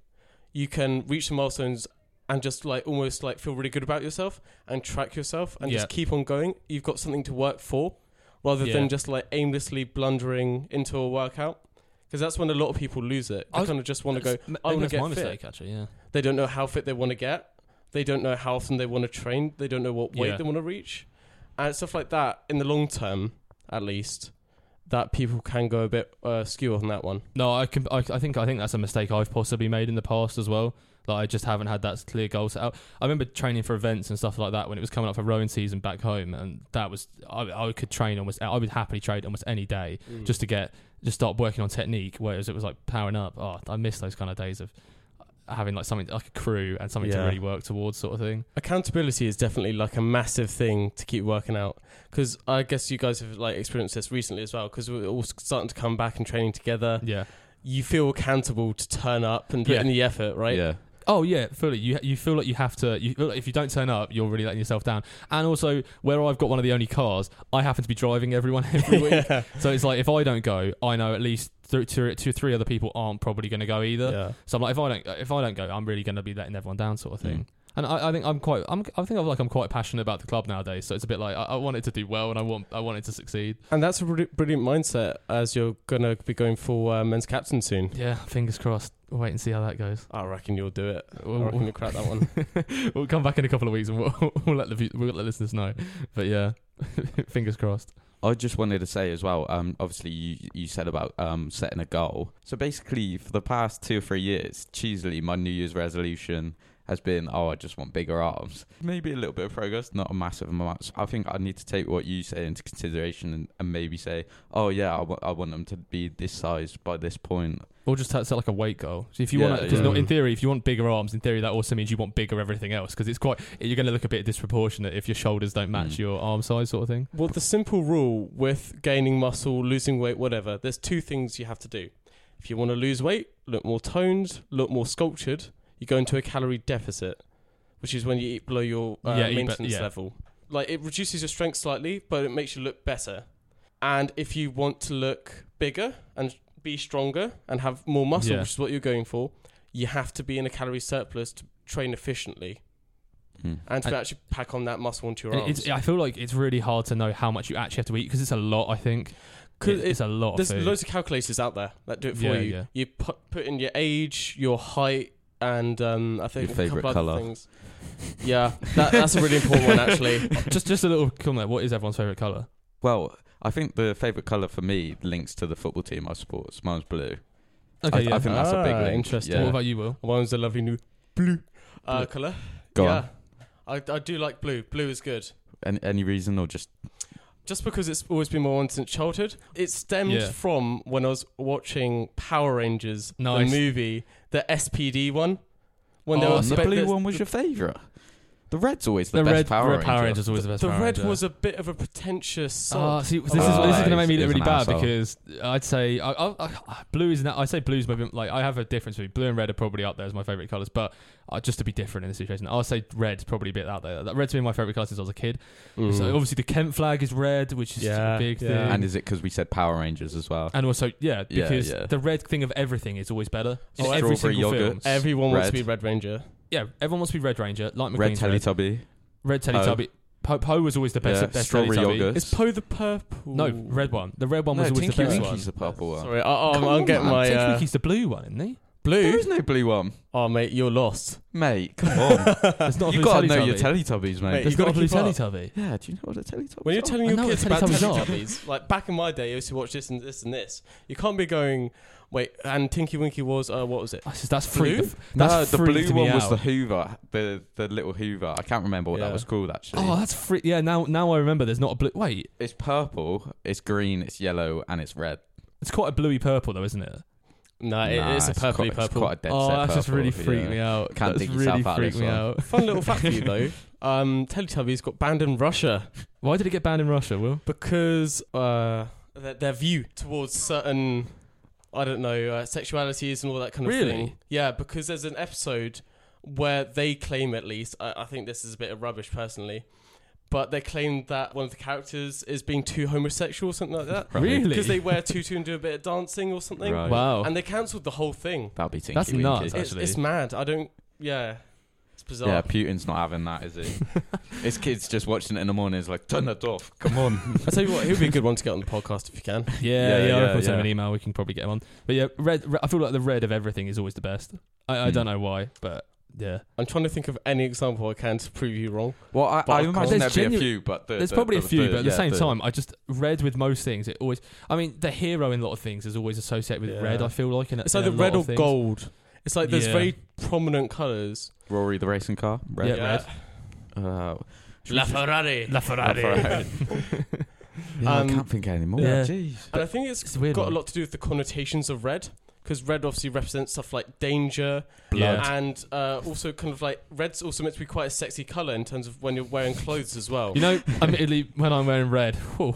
Speaker 5: you can reach the milestones and just like almost like feel really good about yourself and track yourself and
Speaker 4: Yeah.
Speaker 5: just keep on going. You've got something to work for rather
Speaker 4: Yeah.
Speaker 5: than just like aimlessly blundering into a workout. Because that's when a lot of people lose it.
Speaker 4: I
Speaker 5: They
Speaker 4: was-
Speaker 5: kind of just want to go.
Speaker 4: That's- maybe
Speaker 5: I wanna
Speaker 4: that's
Speaker 5: get
Speaker 4: my
Speaker 5: fit.
Speaker 4: mistake actually. Yeah.
Speaker 5: They don't know how fit they want to get. They don't know how often they want to train. They don't know what weight
Speaker 4: Yeah.
Speaker 5: they want to reach. And stuff like that, in the long term, at least, that people can go a bit uh, skew on that one.
Speaker 4: No, I can. I, I think. I think that's a mistake I've possibly made in the past as well. Like I just haven't had that clear goal set out. I remember training for events and stuff like that when it was coming up for rowing season back home, and that was I, I could train almost. I would happily train almost any day
Speaker 5: Mm.
Speaker 4: just to get just start working on technique. Whereas it was like powering up. Oh, I miss those kind of days of having like something like a crew and something to
Speaker 5: Yeah.
Speaker 4: really work towards, sort of thing.
Speaker 5: Accountability is definitely like a massive thing to keep working out. Because I guess you guys have like experienced this recently as well. Because we're all starting to come back and training together.
Speaker 4: Yeah.
Speaker 5: You feel accountable to turn up and put
Speaker 4: Yeah.
Speaker 5: in the effort, right?
Speaker 3: Yeah.
Speaker 4: Oh yeah, fully. You you feel like you have to. You feel like if you don't turn up, you're really letting yourself down. And also, where I've got one of the only cars, I happen to be driving everyone every week.
Speaker 5: yeah.
Speaker 4: So it's like if I don't go, I know at least th- two, two, three other people aren't probably going to go either.
Speaker 5: yeah.
Speaker 4: So I'm like, if I don't, if I don't go, I'm really going to be letting everyone down, sort of thing. And I, I think I'm quite, I'm, I think I'm like I'm quite passionate about the club nowadays. So it's a bit like I, I want it to do well, and I want, I want it to succeed.
Speaker 5: And that's a really brilliant mindset as you're going to be going for uh, men's captain soon.
Speaker 4: Yeah, fingers crossed. We'll wait and see how that goes.
Speaker 5: I reckon you'll do it. I
Speaker 4: We'll,
Speaker 5: reckon
Speaker 4: we'll,
Speaker 5: you'll crack that one.
Speaker 4: we'll come back in a couple of weeks and we'll, we'll let the view- we'll let the listeners know. But yeah, fingers crossed.
Speaker 3: I just wanted to say as well. Um, obviously, you, you said about um setting a goal. So basically, for the past two or three years, cheesily, my New Year's resolution has been, oh, I just want bigger arms. Maybe a little bit of progress, not a massive amount. So I think I need to take what you say into consideration and, and maybe say, oh yeah, I wa- I want them to be this size by this point.
Speaker 4: Or just set like a weight goal. So if you
Speaker 3: Yeah,
Speaker 4: want, because
Speaker 5: yeah.
Speaker 4: in theory, if you want bigger arms, in theory that also means you want bigger everything else. Because it's quite you're going to look a bit disproportionate if your shoulders don't match
Speaker 3: Mm.
Speaker 4: your arm size, sort of thing.
Speaker 5: well, the simple rule with gaining muscle, losing weight, whatever, there's two things you have to do. If you want to lose weight, look more toned, look more sculptured, you go into a calorie deficit, which is when you eat below your uh,
Speaker 4: Yeah, eat be-
Speaker 5: maintenance
Speaker 4: yeah.
Speaker 5: level. Like it reduces your strength slightly, but it makes you look better. And if you want to look bigger and be stronger and have more muscle,
Speaker 4: Yeah.
Speaker 5: which is what you're going for, you have to be in a calorie surplus to train efficiently
Speaker 3: Mm.
Speaker 5: and to
Speaker 4: And-
Speaker 5: actually pack on that muscle into your
Speaker 4: And
Speaker 5: arms.
Speaker 4: It's, I feel like it's really hard to know how much you actually have to eat because it's a lot. I think
Speaker 5: 'Cause
Speaker 4: It-
Speaker 5: it-
Speaker 4: it's a lot. Of
Speaker 5: There's
Speaker 4: food.
Speaker 5: loads of calculators out there that do it for
Speaker 4: Yeah,
Speaker 5: you.
Speaker 4: yeah.
Speaker 5: You put, put in your age, your height, and um, I think
Speaker 3: Your
Speaker 5: a
Speaker 3: favourite
Speaker 5: couple other
Speaker 3: colour.
Speaker 5: things. Yeah, that, that's a really important one actually.
Speaker 4: just just a little comment. What is everyone's favorite color?
Speaker 3: Well, I think the favorite color for me links to the football team I support. Mine's blue.
Speaker 4: Okay,
Speaker 3: I,
Speaker 4: yeah.
Speaker 3: I think that's a big
Speaker 5: Ah,
Speaker 3: link.
Speaker 5: interesting.
Speaker 4: What
Speaker 3: Yeah.
Speaker 4: about you, Will?
Speaker 5: One's a lovely new blue, uh,
Speaker 4: Blue.
Speaker 5: color.
Speaker 3: Go
Speaker 5: yeah,
Speaker 3: on.
Speaker 5: I, I do like blue. Blue is good.
Speaker 3: Any, any reason or just
Speaker 5: Just because it's always been my one since childhood. It stemmed
Speaker 4: Yeah.
Speaker 5: from when I was watching Power Rangers,
Speaker 4: Nice.
Speaker 5: the movie, the SPD one. When they
Speaker 4: Oh,
Speaker 5: were
Speaker 4: and
Speaker 3: the
Speaker 5: spe-
Speaker 3: blue
Speaker 5: there's-
Speaker 3: one was your favourite. The red's always the,
Speaker 4: the
Speaker 3: best
Speaker 4: red
Speaker 3: Power
Speaker 4: red Power
Speaker 3: Ranger.
Speaker 4: Rangers always the best.
Speaker 5: The
Speaker 4: Power
Speaker 5: red
Speaker 4: Ranger.
Speaker 5: was a bit of a pretentious.
Speaker 4: Ah,
Speaker 5: sod.
Speaker 4: see, this is
Speaker 3: Oh,
Speaker 4: this is going to make me
Speaker 3: he's-
Speaker 4: look really
Speaker 3: he's an
Speaker 4: bad
Speaker 3: asshole.
Speaker 4: because I'd say I, I, I, blue is now I say blue's maybe like I have a difference between blue and red are probably up there as my favorite colors, but uh, just to be different in this situation, I'll say red's probably a bit out there. Red's been my favorite color since I was a kid.
Speaker 3: Mm.
Speaker 4: So obviously the Kent flag is red, which is
Speaker 5: Yeah,
Speaker 4: a big
Speaker 5: yeah.
Speaker 4: thing,
Speaker 3: And
Speaker 4: and,
Speaker 3: is it because we said Power Rangers as well?
Speaker 4: also yeah
Speaker 3: Yeah,
Speaker 4: because
Speaker 3: yeah.
Speaker 4: the red thing of everything is always better in
Speaker 5: Oh,
Speaker 4: every
Speaker 3: strawberry
Speaker 4: single film.
Speaker 3: yogurt.
Speaker 4: Ev-
Speaker 5: Everyone wants to
Speaker 3: Red.
Speaker 5: be Red Ranger.
Speaker 4: yeah, everyone wants to be Red Ranger, like
Speaker 3: Red
Speaker 4: McQueen's red,
Speaker 3: Teletubby.
Speaker 4: red Teletubby. Po, po was always the best.
Speaker 3: Yeah,
Speaker 4: best
Speaker 3: strawberry
Speaker 4: Teletubby.
Speaker 3: yogurt.
Speaker 5: Is Poe the purple?
Speaker 4: No, red one. The red one was
Speaker 3: no, Tinky
Speaker 4: always the best one.
Speaker 3: Winky's the purple one.
Speaker 5: Sorry, I, I, I'm
Speaker 3: Come on,
Speaker 5: getting
Speaker 3: man.
Speaker 5: my
Speaker 4: Tinky
Speaker 5: uh,
Speaker 4: Winky's the blue one, isn't he?
Speaker 3: There
Speaker 5: blue.
Speaker 3: is no blue one.
Speaker 5: Oh mate, you're lost.
Speaker 3: Mate, come on.
Speaker 4: It's not a
Speaker 3: you
Speaker 4: blue
Speaker 3: gotta know
Speaker 4: Teletubby.
Speaker 3: your Teletubbies, mate.
Speaker 4: It's
Speaker 5: Mate, you
Speaker 4: not
Speaker 5: gotta
Speaker 4: a blue
Speaker 5: keep up.
Speaker 4: Teletubby.
Speaker 3: yeah, do you know what a Teletubby
Speaker 5: When you're telling
Speaker 4: I
Speaker 5: your
Speaker 4: know
Speaker 5: kids
Speaker 4: what
Speaker 5: about
Speaker 4: Teletubbies are.
Speaker 5: Teletubbies, like back in my day, I used to watch this and this and this. You can't be going. Wait, and Tinky Winky was uh, what was it?
Speaker 4: I said, that's
Speaker 5: Blue?
Speaker 4: free.
Speaker 3: No,
Speaker 4: That's
Speaker 3: the
Speaker 4: freaked
Speaker 3: blue
Speaker 4: me
Speaker 3: one was
Speaker 4: out.
Speaker 3: the Hoover, the the little Hoover. I can't remember what
Speaker 5: Yeah.
Speaker 3: that was called actually.
Speaker 4: Oh, that's free. Yeah, now now I remember. There's not a blue. Wait,
Speaker 3: It's purple, it's green, it's yellow, and it's red.
Speaker 4: It's quite a bluey purple though, isn't Uh, it?
Speaker 5: No, it,
Speaker 3: Nah,
Speaker 5: it's a purpley
Speaker 3: quite,
Speaker 5: purple.
Speaker 3: It's quite a dead
Speaker 4: oh,
Speaker 3: set
Speaker 4: that's just
Speaker 3: purple,
Speaker 4: really
Speaker 3: yeah.
Speaker 4: freaked me out.
Speaker 3: Can't
Speaker 4: that's
Speaker 3: dig yourself out
Speaker 4: really
Speaker 3: of
Speaker 4: freaked
Speaker 3: this
Speaker 4: me
Speaker 3: one.
Speaker 4: out.
Speaker 5: Fun little fact for you though. Um, Teletubbies got banned in Russia
Speaker 4: Why did it get banned in Russia? Will
Speaker 5: because uh, their, their view towards certain, I don't know, uh, sexualities and all that kind of
Speaker 4: Really?
Speaker 5: thing. Yeah, because there's an episode where they claim, at least, I, I think this is a bit of rubbish personally, but they claim that one of the characters is being too homosexual or something like that.
Speaker 3: Right.
Speaker 4: really?
Speaker 5: Because they wear tutu and do a bit of dancing or something.
Speaker 3: Right.
Speaker 4: wow.
Speaker 5: And they cancelled the whole thing.
Speaker 3: That'd be tinky
Speaker 4: That's
Speaker 3: winky.
Speaker 4: nuts,
Speaker 5: It's,
Speaker 4: Actually.
Speaker 5: it's mad. I don't. Yeah. It's bizarre.
Speaker 3: Yeah, Putin's not having that, is he? His kid's just watching it in the morning. He's like, turn that off. Come on.
Speaker 5: I tell you what, he'll be a good one to get on the podcast if you can.
Speaker 4: Yeah, yeah,
Speaker 3: Yeah,
Speaker 4: I
Speaker 3: yeah,
Speaker 4: reckon we'll send him an
Speaker 3: yeah.
Speaker 4: email. We can probably get him on. But yeah, red, re I feel like the red of everything is always the best. I, I
Speaker 3: Hmm.
Speaker 4: don't know why, but yeah,
Speaker 5: I'm trying to think of any example I can to prove you wrong.
Speaker 3: Well, I,
Speaker 5: But
Speaker 3: I
Speaker 5: of course-
Speaker 3: imagine there'd
Speaker 4: There's
Speaker 3: be
Speaker 4: genu-
Speaker 3: a few, but the,
Speaker 4: there's
Speaker 3: the-
Speaker 4: probably a few. but at the
Speaker 3: yeah,
Speaker 4: same time, I just red with most things. It always, I mean, the hero in a lot of things is always associated with red.
Speaker 5: Yeah.
Speaker 4: I feel like in a-
Speaker 5: It's
Speaker 4: in
Speaker 5: either
Speaker 4: a lot
Speaker 5: red
Speaker 4: of
Speaker 5: or
Speaker 4: things.
Speaker 5: gold. It's like there's
Speaker 4: Yeah.
Speaker 5: very prominent colours.
Speaker 3: Rory the racing car. Red.
Speaker 4: Yeah, red.
Speaker 3: Uh,
Speaker 5: La Ferrari.
Speaker 4: La Ferrari.
Speaker 3: Ferrari. yeah,
Speaker 5: Um,
Speaker 3: I can't think of any more.
Speaker 4: yeah.
Speaker 3: Jeez.
Speaker 5: And I think it's,
Speaker 4: It's a weird
Speaker 5: got
Speaker 4: one.
Speaker 5: a lot to do with the connotations of red. Because red obviously represents stuff like danger,
Speaker 4: Blood.
Speaker 5: and uh, also kind of like red's also meant to be quite a sexy color in terms of when you're wearing clothes as well.
Speaker 4: You know, admittedly, when I'm wearing red, whew,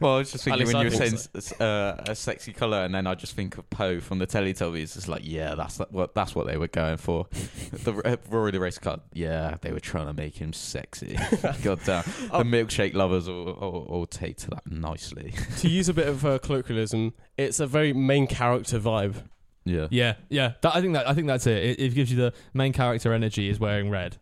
Speaker 3: Well, I was just thinking
Speaker 5: Alex,
Speaker 3: when you were
Speaker 5: I
Speaker 3: saying
Speaker 5: think
Speaker 3: s- uh, a sexy color, and then I just think of Poe from the Teletubbies. It's like, yeah, that's that- what that's what they were going for. the uh, Rory the race car. Yeah, they were trying to make him sexy. God damn,
Speaker 4: Um,
Speaker 3: the milkshake lovers all, all, all take to that nicely.
Speaker 5: to use a bit of uh, colloquialism, it's a very main character vibe.
Speaker 3: Yeah,
Speaker 4: yeah, yeah. That, I think that I think that's it. it. It gives you the main character energy is wearing red,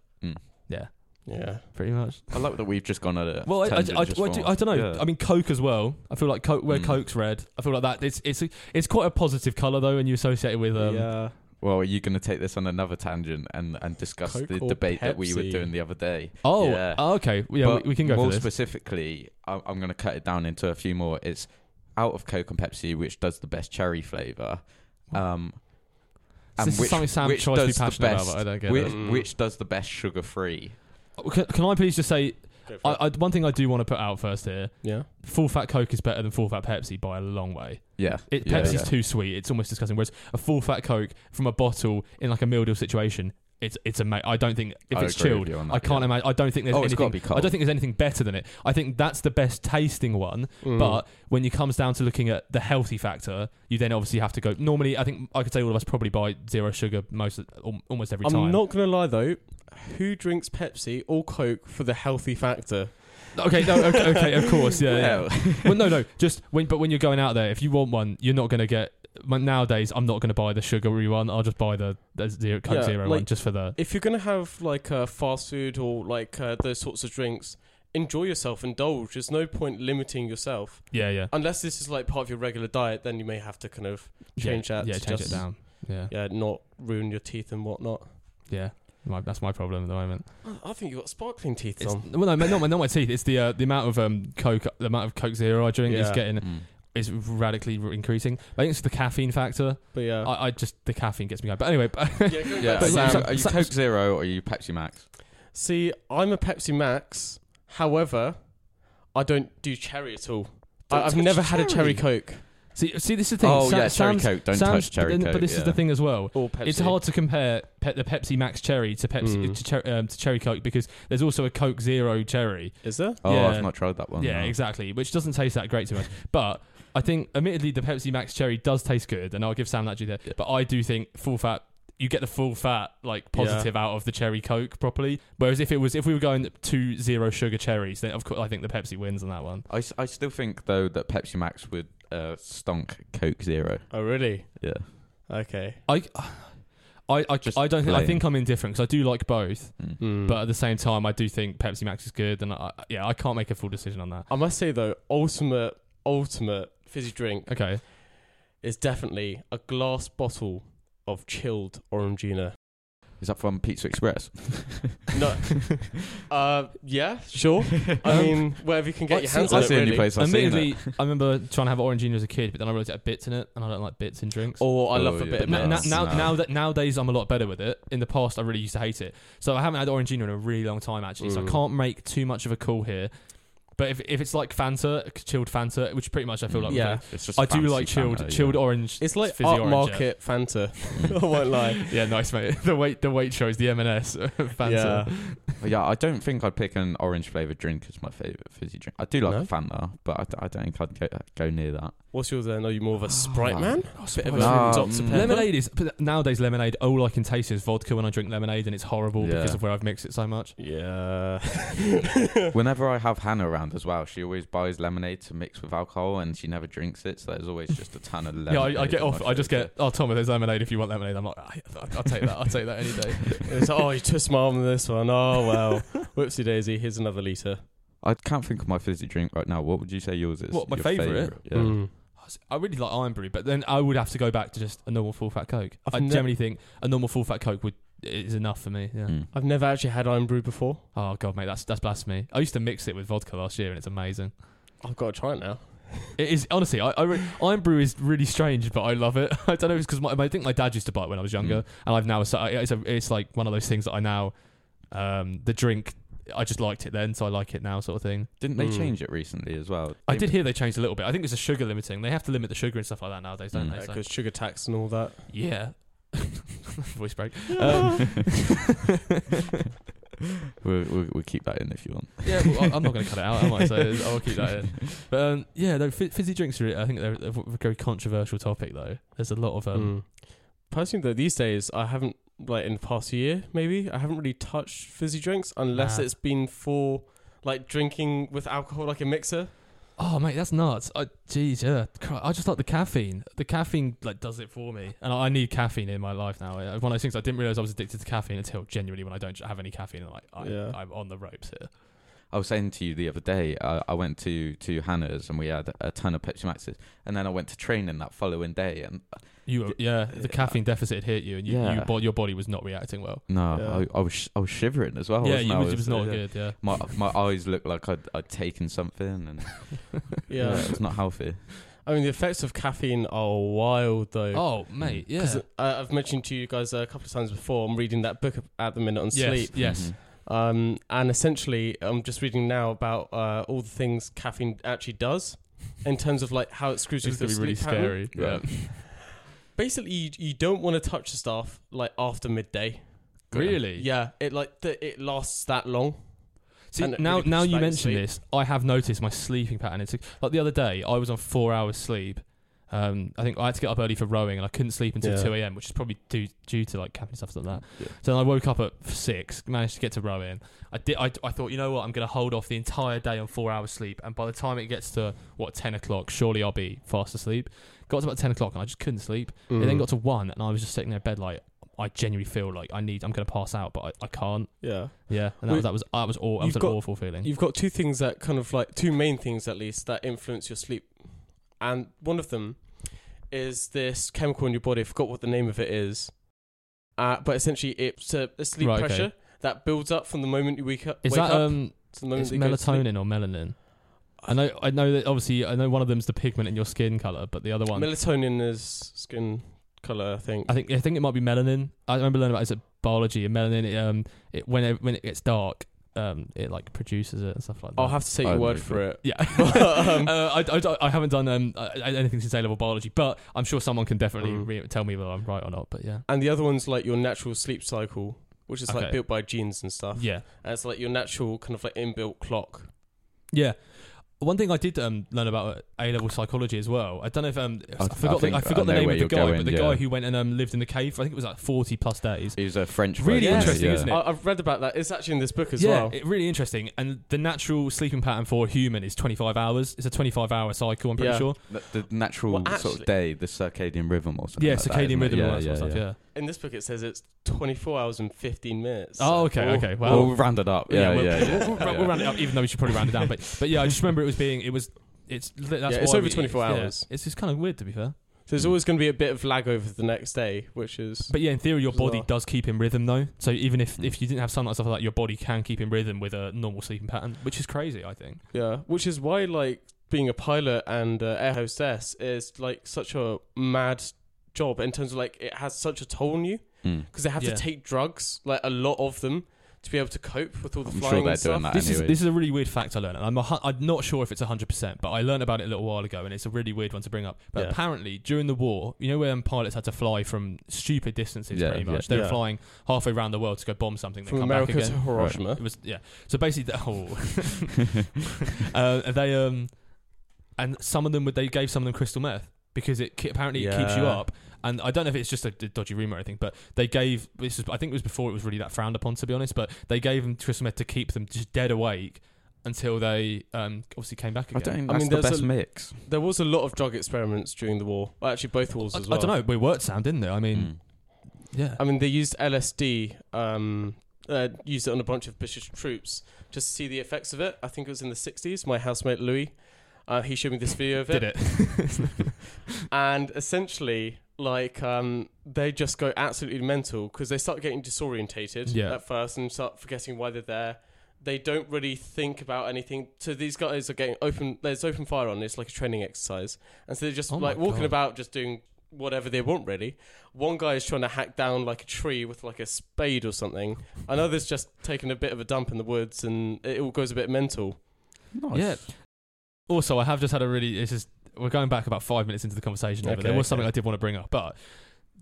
Speaker 5: Yeah.
Speaker 4: pretty much.
Speaker 3: I like that we've just gone at a
Speaker 4: Well, I, I, I,
Speaker 3: tangent
Speaker 4: I,
Speaker 3: just
Speaker 4: well, I do,
Speaker 3: for-
Speaker 4: I don't know.
Speaker 3: Yeah.
Speaker 4: I mean, Coke as well. I feel like Coke, where
Speaker 3: Mm.
Speaker 4: Coke's red. I feel like that. It's it's a, it's quite a positive color though, and you associate it with um,
Speaker 5: yeah.
Speaker 3: Well, are you going to take this on another tangent and and discuss
Speaker 5: Coke
Speaker 3: the
Speaker 5: or
Speaker 3: debate that we were
Speaker 5: Pepsi?
Speaker 3: doing the other day?
Speaker 4: Oh,
Speaker 3: Yeah.
Speaker 4: oh, okay. Yeah,
Speaker 3: But
Speaker 4: we, we can go
Speaker 3: more
Speaker 4: for this.
Speaker 3: specifically. I- I'm going to cut it down into a few more. It's out of Coke and Pepsi, which does the best cherry flavor. Um,
Speaker 4: So this is something Sam tries to be passionate about, but I don't get
Speaker 3: which,
Speaker 4: it.
Speaker 5: it.
Speaker 3: which does the best sugar free?
Speaker 4: Oh, Can, can I please just say,
Speaker 5: Go for
Speaker 4: I,
Speaker 5: it.
Speaker 4: I, one thing I do want to put out first here:
Speaker 5: yeah.
Speaker 4: full fat Coke is better than full fat Pepsi by a long way.
Speaker 3: Yeah,
Speaker 4: It,
Speaker 3: yeah,
Speaker 4: Pepsi's
Speaker 3: yeah.
Speaker 4: too sweet; it's almost disgusting. Whereas a full fat Coke from a bottle in like a meal deal situation, it's it's a. I don't think if
Speaker 3: I
Speaker 4: it's
Speaker 3: agree with
Speaker 4: chilled,
Speaker 3: you on
Speaker 4: I
Speaker 3: that,
Speaker 4: can't
Speaker 3: yeah.
Speaker 4: imagine. I don't think there's
Speaker 3: Oh, it's
Speaker 4: anything.
Speaker 3: got to be cold.
Speaker 4: I don't think there's anything better than it. I think that's the best tasting one.
Speaker 5: Mm.
Speaker 4: But when it comes down to looking at the healthy factor, you then obviously have to go. Normally, I think I could say all of us probably buy zero sugar most al- almost every
Speaker 5: I'm
Speaker 4: time.
Speaker 5: not gonna lie though, who drinks Pepsi or Coke for the healthy factor?
Speaker 4: okay, no, okay, okay, of course, yeah, yeah.
Speaker 3: Well,
Speaker 4: well, no, no, just when, but when you're going out there, if you want one, you're not going to get. well, Nowadays, I'm not going to buy the sugary one. I'll just buy the, the zero Coke
Speaker 5: Yeah,
Speaker 4: Zero
Speaker 5: like-
Speaker 4: one just for the.
Speaker 5: If you're gonna have like uh, fast food or like uh, those sorts of drinks, enjoy yourself, indulge. There's no point limiting yourself
Speaker 4: Yeah, yeah.
Speaker 5: unless this is like part of your regular diet. Then you may have to kind of Change
Speaker 4: yeah,
Speaker 5: that
Speaker 4: Yeah,
Speaker 5: to
Speaker 4: change
Speaker 5: just-
Speaker 4: it down. Yeah, yeah.
Speaker 5: yeah not ruin your teeth and whatnot.
Speaker 4: My, that's my problem at the moment.
Speaker 5: I think you have got sparkling teeth,
Speaker 4: It's,
Speaker 5: Tom.
Speaker 4: well, no, not my, not my teeth. It's the uh, the amount of um Coke, the amount of Coke Zero I drink is
Speaker 5: Yeah.
Speaker 4: getting
Speaker 3: mm.
Speaker 4: is radically increasing. I think it's the caffeine factor.
Speaker 5: But yeah,
Speaker 4: I, I just the caffeine gets me going. But anyway, but
Speaker 5: yeah, going
Speaker 3: yeah.
Speaker 5: back to
Speaker 4: Sam-
Speaker 3: Sam, are you
Speaker 4: Sam-
Speaker 3: Coke Zero or are you Pepsi Max?
Speaker 5: See, I'm a Pepsi Max. However, I don't do cherry at all. I,
Speaker 3: Don't
Speaker 5: I've
Speaker 3: touch
Speaker 5: never had a cherry
Speaker 3: cherry.
Speaker 5: Coke
Speaker 4: see, see, this is the thing.
Speaker 3: oh
Speaker 4: Sa-
Speaker 3: yeah, cherry
Speaker 4: Sam's-
Speaker 3: Coke. Don't
Speaker 4: Sam's-
Speaker 3: touch cherry
Speaker 4: but then-
Speaker 3: Coke.
Speaker 4: But this is the
Speaker 3: yeah.
Speaker 4: thing as well.
Speaker 5: or Pepsi.
Speaker 4: It's hard to compare pe- the Pepsi Max Cherry to Pepsi
Speaker 3: Hmm.
Speaker 5: Mm.
Speaker 4: to, cher- um, to Cherry Coke because there's also a Coke Zero Cherry.
Speaker 5: Is there?
Speaker 3: Oh,
Speaker 4: Yeah.
Speaker 3: I've not tried that one.
Speaker 4: yeah,
Speaker 3: no.
Speaker 4: exactly, which doesn't taste that great too much. But I think, admittedly, the Pepsi Max Cherry does taste good, and I'll give Sam that due there. But I do think full fat. You get the full fat, like positive, out of the cherry Coke properly. Whereas if it was, if we were going to zero sugar cherries, then of course I think the Pepsi wins on that one.
Speaker 3: I, s- I still think though that Pepsi Max would uh, stonk Coke Zero.
Speaker 5: Oh, really?
Speaker 3: Yeah.
Speaker 5: Okay.
Speaker 4: I, I, I,
Speaker 3: Just
Speaker 4: I don't think I
Speaker 3: plain. Mm.
Speaker 4: think I'm indifferent because I do like both,
Speaker 5: Hmm.
Speaker 4: but at the same time I do think Pepsi Max is good, and I, yeah, I can't make a full decision on that.
Speaker 5: I must say though, ultimate, ultimate fizzy drink
Speaker 4: Okay,
Speaker 5: is definitely a glass bottle of chilled Orangina.
Speaker 3: Is that from Pizza Express?
Speaker 5: No. uh, yeah, sure. I
Speaker 4: Um,
Speaker 5: mean, wherever you can get
Speaker 4: I'd
Speaker 5: your
Speaker 4: say-
Speaker 5: hands
Speaker 4: I'd
Speaker 5: on
Speaker 3: That's
Speaker 5: it.
Speaker 3: the only
Speaker 5: Really.
Speaker 3: place I've seen it.
Speaker 4: admittedly, I remember trying to have Orangina as a kid, but then I realized it had bits in it, and I don't like bits in drinks.
Speaker 5: Oh, I
Speaker 3: Oh,
Speaker 5: love a
Speaker 3: yeah.
Speaker 5: bit
Speaker 4: But
Speaker 5: of
Speaker 4: na- na-
Speaker 5: nuts.
Speaker 4: now,
Speaker 3: No.
Speaker 4: now that nowadays I'm a lot better with it. In the past, I really used to hate it. So I haven't had Orangina in a really long time, actually. So I
Speaker 5: Mm.
Speaker 4: can't make too much of a call here. But if, if it's like Fanta, chilled Fanta, which pretty much I feel like,
Speaker 5: Mm, Yeah.
Speaker 4: yeah,
Speaker 3: It's just
Speaker 4: I do
Speaker 3: fancy
Speaker 4: like chilled,
Speaker 3: Fanta,
Speaker 4: chilled
Speaker 3: yeah.
Speaker 4: orange.
Speaker 5: It's like
Speaker 4: fizzy
Speaker 5: art
Speaker 4: orange, yeah.
Speaker 5: market Fanta. I won't lie.
Speaker 4: Yeah, nice mate. The wait, the wait shows the M&S Fanta.
Speaker 5: Yeah.
Speaker 3: But yeah, I don't think I'd pick an orange flavored drink as my favorite fizzy drink. I do like
Speaker 5: No?
Speaker 3: Fanta, but I, d- I don't think I'd go, go near that.
Speaker 5: What's yours then? Are you more of a Sprite man?
Speaker 4: Oh,
Speaker 5: Bit of a
Speaker 4: surprise.
Speaker 3: No,
Speaker 5: Dr.
Speaker 3: mm.
Speaker 5: Pepper?
Speaker 4: Lemonade is but nowadays lemonade. All I can taste is vodka when I drink lemonade, and it's horrible
Speaker 3: Yeah.
Speaker 4: because of where I've mixed it so much.
Speaker 5: Yeah.
Speaker 3: Whenever I have Hannah around as well, she always buys lemonade to mix with alcohol, and she never drinks it. So there's always just a ton of lemonade.
Speaker 4: yeah, I, I get
Speaker 3: in my
Speaker 4: off. I just
Speaker 3: fridge.
Speaker 4: get. Oh, Tommy, there's lemonade if you want lemonade. I'm like, I, I'll take that. I'll take that any day.
Speaker 5: It's like, oh, you twist my arm on this one. Oh, well. Whoopsie daisy. Here's another litre.
Speaker 3: I can't think of my fizzy drink right now. What would you say yours is?
Speaker 4: What, my
Speaker 3: Your
Speaker 4: favourite? Mm.
Speaker 3: favourite, Yeah.
Speaker 5: Mm.
Speaker 4: I really like Iron Brew, but then I would have to go back to just a normal full fat Coke.
Speaker 5: I've
Speaker 4: I
Speaker 5: ne-
Speaker 4: generally think a normal full fat Coke would is enough for me. Yeah.
Speaker 3: Mm.
Speaker 5: I've never actually had Iron Brew before.
Speaker 4: Oh god, mate, that's that's blasphemy. I used to mix it with vodka last year, and it's amazing.
Speaker 5: I've got to try it now.
Speaker 4: It is honestly, I, I re- Iron Brew is really strange, but I love it. I don't know, if it's because my, I think my dad used to buy it when I was younger,
Speaker 5: Hmm.
Speaker 3: Mm.
Speaker 4: and I've now so I- it's a, it's like one of those things that I now um, the drink. I just liked it then, so I like it now, sort of thing.
Speaker 3: Didn't they
Speaker 5: Mm.
Speaker 3: change it recently as well?
Speaker 4: I did hear they changed a little bit. I think it's a sugar limiting. They have to limit the sugar and stuff like that nowadays, don't
Speaker 3: Mm.
Speaker 4: they? So-
Speaker 5: Because sugar tax and all that.
Speaker 4: yeah. Voice break.
Speaker 5: Um,
Speaker 3: We'll, we'll, we'll keep that in if you want.
Speaker 4: Yeah, well, I- I'm not going to cut it out, am I? So I'll keep that in. But um, yeah, no, fi- fizzy drinks are. I think they're a very controversial topic, though. There's a lot of um,
Speaker 5: Mm. Personally, though, these days I haven't like in the past year maybe I haven't really touched fizzy drinks unless
Speaker 4: Nah.
Speaker 5: it's been for like drinking with alcohol, like a mixer.
Speaker 4: Oh mate, that's nuts. I jeez, yeah. Cri- I just like the caffeine. The caffeine like does it for me, and I I need caffeine in my life now. Uh, One of those things I didn't realize I was addicted to caffeine until genuinely when I don't have any caffeine, like I,
Speaker 5: Yeah.
Speaker 4: I'm on the ropes here.
Speaker 3: I was saying to you the other day, I, I went to to Hannah's and we had a ton of Pepsi Maxes, and then I went to training that following day, and
Speaker 4: You, were- yeah, the caffeine deficit hit you, and you,
Speaker 3: Yeah.
Speaker 4: you bo- your body was not reacting well.
Speaker 3: no,
Speaker 5: Yeah.
Speaker 3: I, I was sh- I was shivering as well.
Speaker 4: yeah,
Speaker 3: wasn't
Speaker 4: you
Speaker 3: I? I
Speaker 4: was, Oh, it was not
Speaker 3: uh,
Speaker 4: good. Yeah,
Speaker 3: My my eyes looked like I'd, I'd taken something, and yeah.
Speaker 5: Yeah,
Speaker 3: it was not healthy.
Speaker 5: I mean the effects of caffeine are wild though.
Speaker 4: Oh mate, yeah.
Speaker 5: 'Cause, uh, I've mentioned to you guys a couple of times before. I'm reading that book at the minute on
Speaker 4: Yes,
Speaker 5: sleep,
Speaker 4: yes.
Speaker 3: Mhm.
Speaker 5: um, and essentially I'm just reading now about uh, all the things caffeine actually does in terms of like how it screws you.
Speaker 4: It's
Speaker 5: with your
Speaker 4: gonna be really
Speaker 5: sleep pattern.
Speaker 4: scary. Yeah.
Speaker 5: Basically, you, you don't want to touch the stuff like after midday.
Speaker 4: Really?
Speaker 5: Yeah, it like th- it lasts that long.
Speaker 4: See,
Speaker 5: And it
Speaker 4: now
Speaker 5: really
Speaker 4: now
Speaker 5: puts
Speaker 4: you
Speaker 5: back your
Speaker 4: mention
Speaker 5: sleep.
Speaker 4: this, I have noticed my sleeping pattern. It's like the other day, I was on four hours sleep. Um, I think I had to get up early for rowing, and I couldn't sleep until
Speaker 5: Yeah.
Speaker 4: two a.m., which is probably due due to like caffeine stuff like that.
Speaker 3: Yeah.
Speaker 4: So then I woke up at six, managed to get to rowing. I did. I, I thought, you know what, I'm going to hold off the entire day on four hours sleep, and by the time it gets to what ten o'clock, surely I'll be fast asleep. Got to about ten o'clock, and I just couldn't sleep. It
Speaker 5: Mm.
Speaker 4: then got to one, and I was just sitting there in bed like. I genuinely feel like I need. I'm going to pass out, but I, I can't.
Speaker 5: Mm. yeah.
Speaker 4: Yeah, and that
Speaker 5: Well,
Speaker 4: was that was that was, aw- that was
Speaker 5: you've
Speaker 4: an
Speaker 5: got-
Speaker 4: awful feeling.
Speaker 5: You've got two things that kind of like two main things at least that influence your sleep, and one of them is this chemical in your body. I forgot what the name of it is, uh, but essentially it's a, a sleep
Speaker 4: Right, okay.
Speaker 5: pressure that builds up from the moment you wake up.
Speaker 4: Is
Speaker 5: wake
Speaker 4: that
Speaker 5: up
Speaker 4: um?
Speaker 5: to the moment
Speaker 4: It's
Speaker 5: that you go to sleep.
Speaker 4: melatonin or melanin? I know, I know that obviously, I know one of them's the pigment in your skin color, but the other one,
Speaker 5: Melatonin is skin color. I think.
Speaker 4: I think, I think it might be melanin. I remember learning about this at biology and melanin. It, um, it when it, when it gets dark, um, it like produces it and stuff like that.
Speaker 5: I'll have to take
Speaker 3: I
Speaker 5: your word
Speaker 3: believe
Speaker 5: for
Speaker 3: it.
Speaker 5: it.
Speaker 4: yeah.
Speaker 5: Um,
Speaker 4: uh, I, I, don't- I haven't done um uh, anything since A level biology, but I'm sure someone can definitely
Speaker 5: Mm.
Speaker 4: re- tell me whether I'm right or not. But yeah,
Speaker 5: and the other one's like your natural sleep cycle, which is like
Speaker 4: Okay.
Speaker 5: built by genes and stuff.
Speaker 4: yeah.
Speaker 5: And it's like your natural kind of like inbuilt clock.
Speaker 4: Yeah. One thing I did um, learn about A level psychology as well. I don't know if um, I,
Speaker 3: I
Speaker 4: forgot. The,
Speaker 3: think
Speaker 4: I forgot
Speaker 3: I
Speaker 4: the
Speaker 3: know
Speaker 4: name
Speaker 3: where
Speaker 4: of the
Speaker 3: you're
Speaker 4: guy,
Speaker 3: going,
Speaker 4: but the
Speaker 3: yeah.
Speaker 4: guy who went and um, lived in the cave. I think it was like forty plus days.
Speaker 3: It was a French.
Speaker 4: Really
Speaker 3: version,
Speaker 4: interesting,
Speaker 3: yeah.
Speaker 4: isn't it?
Speaker 5: I, I've read about that. It's actually in this book as
Speaker 4: yeah,
Speaker 5: well.
Speaker 4: it, really interesting. And the natural sleeping pattern for a human is twenty five hours. It's a twenty five hour cycle. I'm pretty
Speaker 5: Yeah.
Speaker 4: sure.
Speaker 3: The, the natural
Speaker 5: Well,
Speaker 3: sort
Speaker 5: actually-
Speaker 3: of day, the circadian rhythm or something.
Speaker 4: Yeah,
Speaker 3: like that,
Speaker 4: circadian
Speaker 3: isn't it?
Speaker 4: rhythm and
Speaker 3: Yeah,
Speaker 4: all that sort
Speaker 3: yeah,
Speaker 4: of stuff.
Speaker 3: yeah.
Speaker 4: Yeah.
Speaker 5: in this book, it says it's 24 hours and 15 minutes.
Speaker 4: Oh,
Speaker 5: So-
Speaker 4: okay,
Speaker 5: Ooh.
Speaker 4: okay. Well,
Speaker 3: Well, we'll round it up.
Speaker 4: yeah,
Speaker 3: Yeah, yeah,
Speaker 4: we'll,
Speaker 3: yeah.
Speaker 4: we'll, we'll,
Speaker 3: yeah.
Speaker 4: we'll round it up, even though we should probably round it down. But but yeah, I just remember it was being it was it's that's
Speaker 5: Yeah, it's
Speaker 4: why
Speaker 5: over
Speaker 4: we-
Speaker 5: 24
Speaker 4: yeah.
Speaker 5: hours.
Speaker 4: It's just kind of weird to be fair.
Speaker 5: So there's always going to be a bit of lag over the next day, which is. Hmm.
Speaker 4: But yeah, in theory, your
Speaker 5: Bizarre.
Speaker 4: body does keep in rhythm though. So even if,
Speaker 3: Mm.
Speaker 4: if you didn't have sunlight and stuff like that, your body can keep in rhythm with a normal sleeping pattern, which is crazy. I think.
Speaker 5: yeah. Which is why, like, being a pilot and uh, air hostess is, like, such a mad job in terms of, like, it has such a toll on you
Speaker 3: Mm.
Speaker 5: because they have
Speaker 4: Yeah.
Speaker 5: to take drugs, like, a lot of them to be able to cope with all the
Speaker 3: I'm sure
Speaker 5: flying
Speaker 3: they're
Speaker 5: and stuff.
Speaker 3: doing that.
Speaker 4: This is
Speaker 3: Anyways.
Speaker 4: this is a really weird fact I learned. and I'm a, hu- I'm not sure if it's 100, percent but I learned about it a little while ago, and it's a really weird one to bring up. But
Speaker 2: Yeah.
Speaker 4: apparently, during the war, you know when pilots had to fly from stupid distances,
Speaker 3: Yeah,
Speaker 4: pretty
Speaker 3: yeah.
Speaker 4: much they were
Speaker 2: Yeah.
Speaker 4: flying halfway around the world to go bomb something, then
Speaker 5: From
Speaker 4: come
Speaker 5: America
Speaker 4: back
Speaker 5: to
Speaker 4: again.
Speaker 5: Hiroshima.
Speaker 4: It was yeah. So basically, the- oh, uh, they um, and some of them would they gave some of them crystal meth because it ki- apparently it keeps you
Speaker 2: Yeah.
Speaker 4: up. And I don't know if it's just a, d- dodgy rumor or anything, but they gave this is I think it was before it was really that frowned upon to be honest. But they gave them crystal meth to keep them just dead awake until they um obviously came back
Speaker 3: I don't
Speaker 4: again.
Speaker 3: think
Speaker 5: I
Speaker 3: that's
Speaker 5: mean,
Speaker 3: the
Speaker 5: there's
Speaker 3: best
Speaker 5: a-
Speaker 3: mix.
Speaker 5: There was a lot of drug experiments during the war. Well, actually, both wars as well. Hmm.
Speaker 4: don't know. We worked sound, didn't they? I mean,
Speaker 3: Mm.
Speaker 4: yeah.
Speaker 5: I mean, they used LSD, um, uh, used it on a bunch of British troops just to see the effects of it. I think it was in the 60s. My housemate Louis, uh, he showed me this video of it.
Speaker 4: Did it?
Speaker 5: And essentially, like, um, they just go absolutely mental because they start getting disorientated
Speaker 4: Yeah.
Speaker 5: at first and start forgetting why they're there. They don't really think about anything. So these guys are getting open, there's open fire on. It's like a training exercise. And so they're just
Speaker 4: Oh my
Speaker 5: like walking
Speaker 4: God.
Speaker 5: about, just doing whatever they want, really. One guy is trying to hack down like a tree with like a spade or something. Another's just taking a bit of a dump in the woods and it all goes a bit mental. Mm.
Speaker 3: Nice.
Speaker 4: Yeah. Also, I have just had a really. This is we're going back about five minutes into the conversation, now, but
Speaker 5: Okay,
Speaker 4: there was
Speaker 5: okay.
Speaker 4: something I did want to bring up. But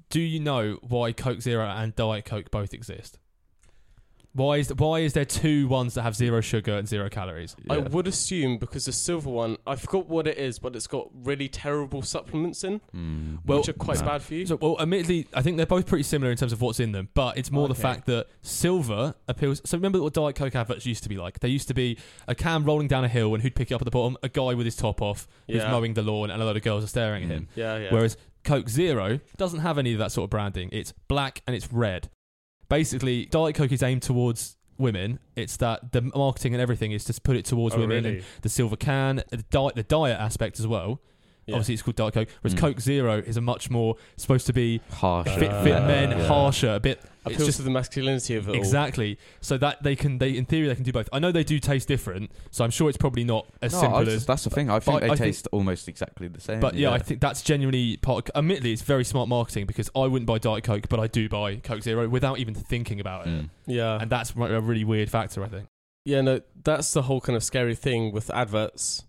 Speaker 4: do you know why Coke Zero and Diet Coke both exist? Why is why is there two ones that have zero sugar and zero calories?
Speaker 5: I
Speaker 3: Yeah.
Speaker 5: would assume because the silver one, I forgot what it is, but it's got really terrible supplements in,
Speaker 3: Mm.
Speaker 5: which are quite
Speaker 3: no.
Speaker 5: bad for you.
Speaker 4: So, well, admittedly, I think they're both pretty similar in terms of what's in them, but it's more the
Speaker 5: Okay.
Speaker 4: fact that silver appeals. So remember what Diet Coke adverts used to be like? They used to be a cam rolling down a hill, and who'd pick it up at the bottom? A guy with his top off, who's
Speaker 5: Yeah.
Speaker 4: mowing the lawn, and a load of girls are staring at him.
Speaker 3: Mm.
Speaker 5: yeah, yeah.
Speaker 4: Whereas Coke Zero doesn't have any of that sort of branding. It's black and it's red. Basically, Diet Coke is aimed towards women. It's that the marketing and everything is to put it
Speaker 5: Oh,
Speaker 4: towards women. and the silver can, the diet, the diet aspect as well.
Speaker 5: Yeah. Hmm.
Speaker 4: Obviously, it's called Diet Coke. Whereas
Speaker 3: Mm.
Speaker 4: Coke Zero is a much more supposed to be
Speaker 3: harsh.
Speaker 4: fit,
Speaker 5: Uh,
Speaker 4: fit men,
Speaker 5: yeah.
Speaker 4: harsher, a bit. It's
Speaker 5: appeals
Speaker 4: just
Speaker 5: to the masculinity of it
Speaker 4: exactly so that they can. They in theory they can do both. I know they do taste different, so I'm sure it's probably not as
Speaker 3: No, I
Speaker 4: simple
Speaker 3: just-
Speaker 4: as
Speaker 3: that's the thing. I think
Speaker 4: but
Speaker 3: they
Speaker 4: I think-
Speaker 3: taste almost exactly the same.
Speaker 4: But yeah, I think that's genuinely part. Of, admittedly, it's very smart marketing because I wouldn't buy Diet Coke, but I do buy Coke Zero without even thinking about it,
Speaker 3: Mm.
Speaker 5: all. Yeah.
Speaker 4: and that's ri- a really weird factor. I think.
Speaker 5: yeah, no, that's the whole kind of scary thing with adverts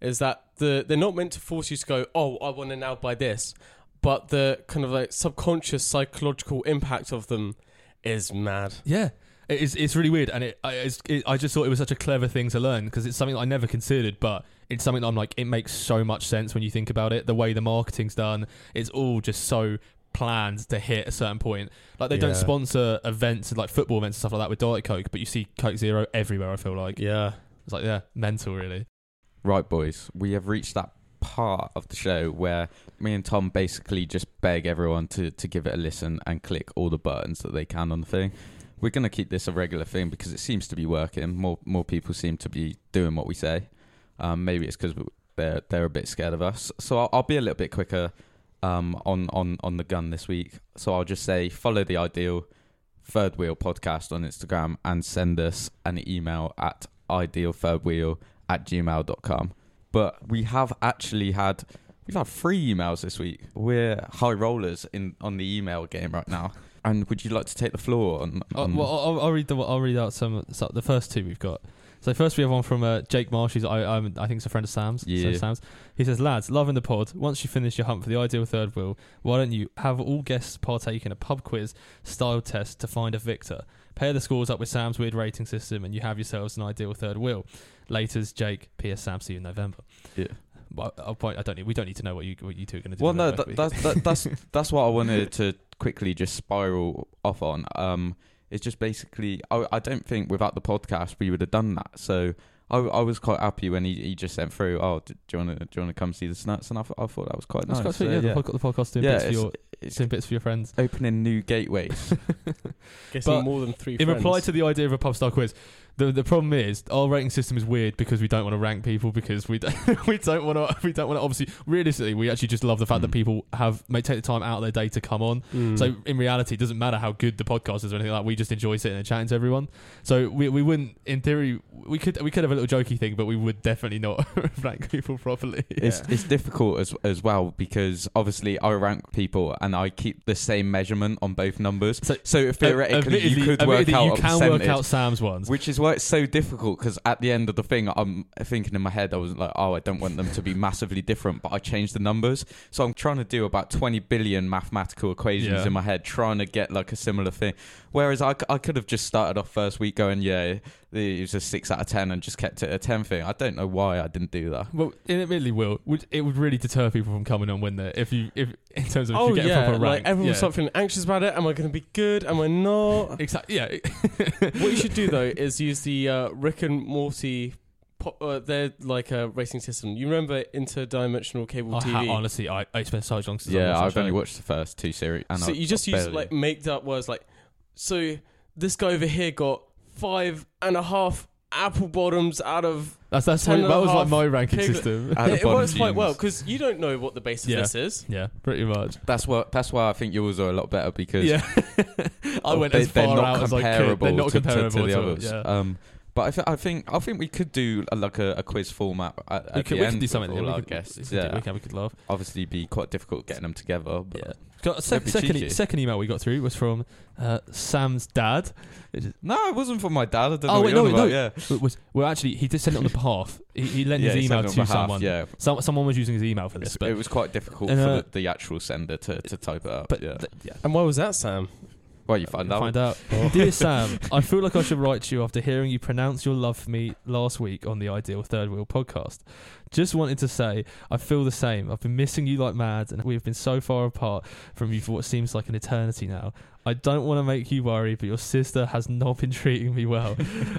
Speaker 5: is that the they're not meant to force you to go, oh, I want to now buy this, but the kind of like subconscious psychological impact of them is mad.
Speaker 4: Yeah, it is. It's really weird, and it. I, it's, it, I just thought it was such a clever thing to learn because it's something that I never considered, but it's something that I'm like, it makes so much sense when you think about it. The way the marketing's done, it's all just so planned to hit a certain point. Like they
Speaker 5: Yeah.
Speaker 4: don't sponsor events like football events and stuff like that with Diet Coke, but you see Coke Zero everywhere. I feel like
Speaker 5: Yeah.
Speaker 4: it's like yeah, mental really.
Speaker 3: Right, boys, we have reached that part of the show where me and Tom basically just beg everyone to, to give it a listen and click all the buttons that they can on the thing. We're going to keep this a regular thing because it seems to be working. More more people seem to be doing what we say. Um, maybe it's because they're they're a bit scared of us. So I'll, I'll be a little bit quicker um, on on on the gun this week. So I'll just say follow the ideal third wheel podcast on Instagram and send us an email at idealthirdwheel at gmail.com. But we have actually had we've had three emails this week. We're high rollers in on the email game right now. And would you like to take the floor on,
Speaker 4: Uh,
Speaker 3: on-
Speaker 4: well, I'll, I'll read the I'll read out some, so the first two we've got. So first we have one from uh, Jake Marsh, who's I I'm, I think is a friend of Sam's.
Speaker 3: Yeah.
Speaker 4: So Sam's. He says, "Lads, loving the pod. Once you finish your hunt for the ideal third wheel, why don't you have all guests partake in a pub quiz style test to find a victor? Pair the scores up with Sam's weird rating system, and you have yourselves an ideal third wheel." Later's Jake. P.S. Sam, see you in November.
Speaker 3: Yeah.
Speaker 4: But I'll point, I don't need. We don't need to know what you what you two are going to do.
Speaker 3: Well,
Speaker 4: with
Speaker 3: no,
Speaker 4: it both
Speaker 3: that,
Speaker 4: weeks.
Speaker 3: that's that, that's that's what I wanted to quickly just spiral off on. Um, it's just basically, I, I don't think without the podcast we would have done that. So I, I was quite happy when he, he just sent through. Oh, d- do you want to do you want to come see the snuts? And I, thought- I thought that was quite
Speaker 4: That's
Speaker 3: nice.
Speaker 4: quite sweet.
Speaker 3: So,
Speaker 4: yeah, The, pod- the podcast doing
Speaker 3: Yeah,
Speaker 4: bits for
Speaker 3: it's-
Speaker 4: your
Speaker 3: it's
Speaker 4: doing bits for your friends.
Speaker 3: opening new gateways.
Speaker 5: Getting
Speaker 4: But
Speaker 5: more than three
Speaker 4: In
Speaker 5: friends.
Speaker 4: reply to the idea of a pub style quiz, The the problem is our rating system is weird because we don't want to rank people because we don't we don't want to we don't want to obviously realistically we actually just love the fact that
Speaker 3: Hmm.
Speaker 2: Mm.
Speaker 4: people have may take the time out of their day to come on. So in reality, it doesn't matter how good the podcast is or anything like. We just enjoy sitting and chatting to everyone. So we, we wouldn't, in theory, we could we could have a little jokey thing, but we would definitely not rank people properly.
Speaker 3: It's it's difficult as as well because obviously I rank people and I keep the same measurement on both numbers.
Speaker 4: So- uh,
Speaker 3: So, theoretically,
Speaker 4: Admittedly-
Speaker 3: you could work
Speaker 4: admittedly,
Speaker 3: out
Speaker 4: you
Speaker 3: a
Speaker 4: can work
Speaker 3: percentage,
Speaker 4: out Sam's ones.
Speaker 3: which is why it's so difficult. Because at the end of the thing, I'm thinking in my head, I was like, oh, I don't want them to be massively different, but I changed the numbers, so I'm trying to do about 20 billion mathematical equations
Speaker 4: Yeah.
Speaker 3: in my head, trying to get like a similar thing. Whereas I, c- I could have just started off first week going, yeah, it was a six out of ten, and just kept it a ten thing. I don't know why I didn't do that.
Speaker 4: Well, it admittedly will. Would, it would really deter people from coming on, wouldn't it? If you, if in terms of if
Speaker 5: oh
Speaker 4: you get a
Speaker 5: yeah,
Speaker 4: proper rank,
Speaker 5: like everyone
Speaker 4: yeah.
Speaker 5: start feeling anxious about it. Am I going to be good? Am I not?
Speaker 4: Exactly. Yeah.
Speaker 5: what you should do though is use the uh, Rick and Morty. Pop, uh, they're like a racing system. You remember interdimensional cable
Speaker 4: I
Speaker 5: TV?
Speaker 4: ha- honestly, I, I spent so long since I
Speaker 3: Yeah,
Speaker 4: watched that
Speaker 3: I've
Speaker 4: show.
Speaker 3: only watched the first two series. And
Speaker 5: so
Speaker 3: I,
Speaker 5: you just
Speaker 3: I
Speaker 5: use
Speaker 3: barely-
Speaker 5: like made up words like, so this guy over here got five and a half apple bottoms out of.
Speaker 4: That's that's
Speaker 5: Ten
Speaker 4: what,
Speaker 5: and
Speaker 4: that
Speaker 5: a
Speaker 4: was like
Speaker 5: half
Speaker 4: my ranking
Speaker 5: pig-
Speaker 4: system.
Speaker 3: Out of
Speaker 5: it
Speaker 3: bottom
Speaker 5: works quite
Speaker 3: teams.
Speaker 5: well because you don't know what the base of
Speaker 4: Yeah.
Speaker 5: this is.
Speaker 4: yeah, pretty much.
Speaker 3: That's what. That's why I think yours are a lot better because
Speaker 4: Yeah, I
Speaker 3: of-
Speaker 4: went
Speaker 3: Oh, they,
Speaker 4: as
Speaker 3: they're
Speaker 4: far
Speaker 3: not
Speaker 4: out as I could.
Speaker 3: comparable
Speaker 4: They're not
Speaker 3: to- to-
Speaker 4: comparable
Speaker 3: to,
Speaker 4: at
Speaker 3: the
Speaker 4: all,
Speaker 3: others.
Speaker 4: yeah.
Speaker 3: Um, but I, th- I think I think we could do uh, like a, a quiz format at, at
Speaker 4: we could,
Speaker 3: the
Speaker 4: we
Speaker 3: end.
Speaker 4: could do something.
Speaker 3: With
Speaker 4: yeah,
Speaker 3: all
Speaker 4: we
Speaker 3: our
Speaker 4: could-
Speaker 3: guests.
Speaker 4: we could-
Speaker 3: yeah,
Speaker 4: we can, we could laugh.
Speaker 3: obviously be quite difficult getting them together. But
Speaker 4: Yeah. Got,
Speaker 3: Don't
Speaker 4: sec-
Speaker 3: be
Speaker 4: second, e-
Speaker 3: cheeky.
Speaker 4: second email we got through was from uh, Sam's dad. It
Speaker 3: no, it wasn't for my dad. I don't
Speaker 4: Oh,
Speaker 3: know. what
Speaker 4: wait, no,
Speaker 3: you're
Speaker 4: no.
Speaker 3: on about, Yeah,
Speaker 4: was- was well, actually, he did send it on the behalf. He, he lent
Speaker 3: yeah,
Speaker 4: his
Speaker 3: he
Speaker 4: email
Speaker 3: sent it
Speaker 4: to
Speaker 3: on behalf,
Speaker 4: someone.
Speaker 3: Yeah,
Speaker 4: Some, someone was using his email for this,
Speaker 3: It's-
Speaker 4: but
Speaker 3: it was quite difficult
Speaker 4: And,
Speaker 3: for
Speaker 4: uh,
Speaker 3: the, the actual sender to, to type it up.
Speaker 4: but
Speaker 3: yeah,
Speaker 4: th- yeah.
Speaker 5: And why was that, Sam?
Speaker 3: well, you find out.
Speaker 4: Find out. Dear Sam, I feel like I should write to you after hearing you pronounce your love for me last week on the Ideal Third Wheel podcast. Just wanted to say I feel the same. I've been missing you like mad, and we've been so far apart from you for what seems like an eternity now. I don't want to make you worry, but your sister has not been treating me well.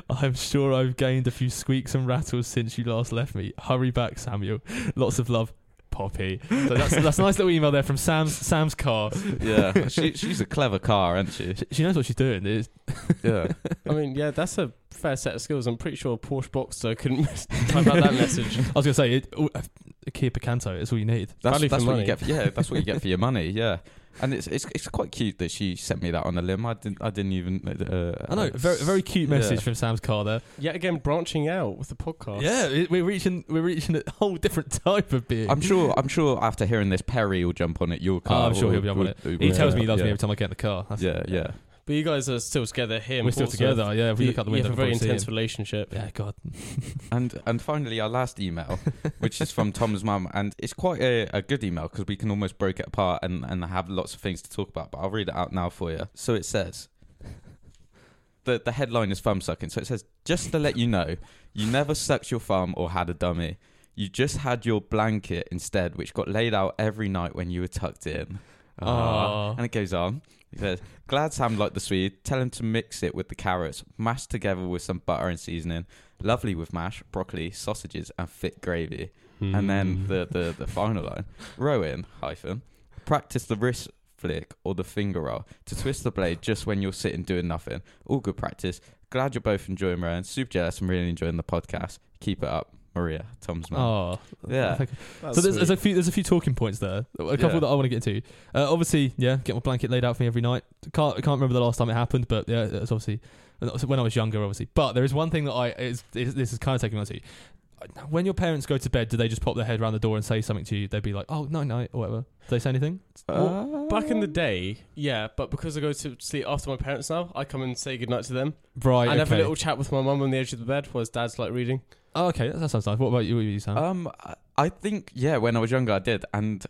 Speaker 4: I'm sure I've gained a few squeaks and rattles since you last left me. Hurry back, Samuel. Lots of love, Poppy. So that's that's a nice little email there from Sam's Sam's car.
Speaker 3: yeah, she, she's a clever car, isn't she?
Speaker 4: She- She knows what she's doing. It's-
Speaker 3: Yeah.
Speaker 5: I mean, yeah, that's a fair set of skills. I'm pretty sure Porsche Boxster couldn't type out that message.
Speaker 4: I was gonna say it, oh, a Kia Picanto is all you need.
Speaker 3: That's,
Speaker 5: Value for
Speaker 3: that's what
Speaker 5: money.
Speaker 3: you get. For, yeah, that's what you get for your money. Yeah, and it's it's it's quite cute that she sent me that on a limb. I didn't I didn't even. Uh,
Speaker 4: I know, very very cute message
Speaker 3: Yeah.
Speaker 4: from Sam's car there.
Speaker 5: Yet again, branching out with the podcast.
Speaker 4: Yeah, it- we're reaching we're reaching a whole different type of being.
Speaker 3: I'm sure. I'm sure. After hearing this, Perry will jump on it. Your car.
Speaker 4: Oh, I'm sure he'll be on it. he
Speaker 3: will-
Speaker 4: tells me he loves
Speaker 3: yeah.
Speaker 4: me every time I get in the car. That's-
Speaker 3: Yeah, yeah.
Speaker 5: But you guys are still together here. in
Speaker 4: we're still
Speaker 5: Portsmouth.
Speaker 4: together. Yeah, if we
Speaker 5: you,
Speaker 4: look out the
Speaker 5: you
Speaker 4: window,
Speaker 5: have a very
Speaker 4: we'll see
Speaker 5: intense
Speaker 4: him.
Speaker 5: relationship.
Speaker 4: Yeah, God.
Speaker 3: And and finally, our last email, which is from Tom's mum, and it's quite a, a good email because we can almost break it apart and and have lots of things to talk about. But I'll read it out now for you. So it says. The, the headline is thumb sucking. So it says, just to let you know, you never sucked your thumb or had a dummy. You just had your blanket instead, which got laid out every night when you were tucked in.
Speaker 4: Aw.
Speaker 3: And it goes on. It says, Glad Sam liked the Swede. Tell him to mix it with the carrots, mashed together with some butter and seasoning. Lovely with mash, broccoli, sausages, and thick gravy. And then
Speaker 4: Mm.
Speaker 5: Mm.
Speaker 3: the, the, the final line Rowan, hyphen, practice the wrist flick or the finger roll to twist the blade just when you're sitting doing nothing. All good practice. Glad you're both enjoying Rowan. Super jealous and really enjoying the podcast. Keep it up, Maria, Tom's mum.
Speaker 4: Oh,
Speaker 3: Yeah.
Speaker 4: So there's, there's a few there's a few talking points there. A couple
Speaker 3: Yeah.
Speaker 4: that I want to get into. Uh, obviously, yeah, get my blanket laid out for me every night. Can't I can't remember the last time it happened, but yeah, that's obviously that was when I was younger, obviously. But there is one thing that I is, is this is kind of taking me on to. When your parents go to bed, do they just pop their head around the door and say something to you? They'd be like, "Oh, no, no," or whatever. Do they say anything?
Speaker 5: Back in the day, yeah, but because I go to sleep after my parents now, I come and say goodnight to them.
Speaker 4: Right.
Speaker 5: and
Speaker 4: Oh, okay.
Speaker 5: have a little chat with my mum on the edge of the bed whilst dad's like reading.
Speaker 4: Oh, okay, that, that sounds nice. What about you, what about you Sam?
Speaker 3: Um, I- I think yeah. When I was younger, I did. And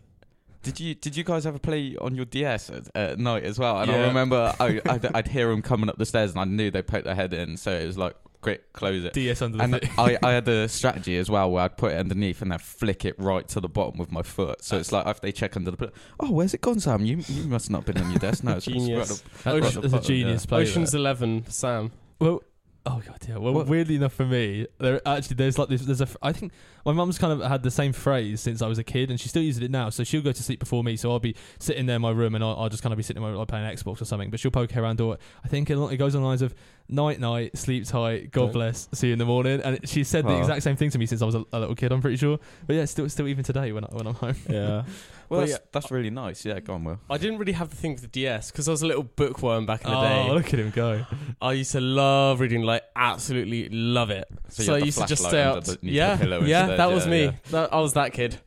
Speaker 3: did you did you guys ever play on your DS at, at night as well? And
Speaker 4: Yeah.
Speaker 3: I remember I, I'd, I'd hear them coming up the stairs, and I knew they poked their head in, so it was like quick close it.
Speaker 4: DS under the
Speaker 3: And
Speaker 4: thing.
Speaker 3: I, I had a strategy as well where I'd put it underneath and then flick it right to the bottom with my foot. So it's like if they check under the pillow, oh, where's it gone, Sam? You you must not have been on your desk. No, it's it's
Speaker 5: Genius.
Speaker 3: right up-
Speaker 4: That-
Speaker 5: Ocean-
Speaker 4: that's a genius play. there.
Speaker 5: Ocean's Eleven, Sam.
Speaker 4: Well, oh god, yeah. Well,
Speaker 3: What-
Speaker 4: weirdly enough for me, there actually there's like this. There's a. f- I think my mum's kind of had the same phrase since I was a kid, and she still uses it now. So she'll go to sleep before me. So I'll be sitting there in my room, and I'll, I'll just kind of be sitting in my room, like playing Xbox or something. But she'll poke her around door. I think it, it goes on the lines of night night, sleep tight, God
Speaker 5: Right.
Speaker 4: bless, see you in the morning. And she said the
Speaker 3: Oh.
Speaker 4: exact same thing to me since I was a, a little kid, I'm pretty sure. But yeah, still still even today when I, when I'm home.
Speaker 5: Yeah.
Speaker 3: Well,
Speaker 5: But
Speaker 3: that's, that's really nice. Yeah, go on, Will.
Speaker 5: I didn't really have the thing with the DS because I was a little bookworm back in the
Speaker 4: Oh,
Speaker 5: day.
Speaker 4: look at him go.
Speaker 5: I used to love reading, like absolutely love it. So,
Speaker 3: you
Speaker 5: I
Speaker 3: had the
Speaker 5: used to just
Speaker 3: flashlight
Speaker 5: stay
Speaker 3: under
Speaker 5: out.
Speaker 3: the- neath the
Speaker 5: yeah,
Speaker 3: pillow
Speaker 5: yeah,
Speaker 3: instead,
Speaker 5: that was
Speaker 3: yeah,
Speaker 5: me.
Speaker 3: yeah.
Speaker 5: That, I was that kid.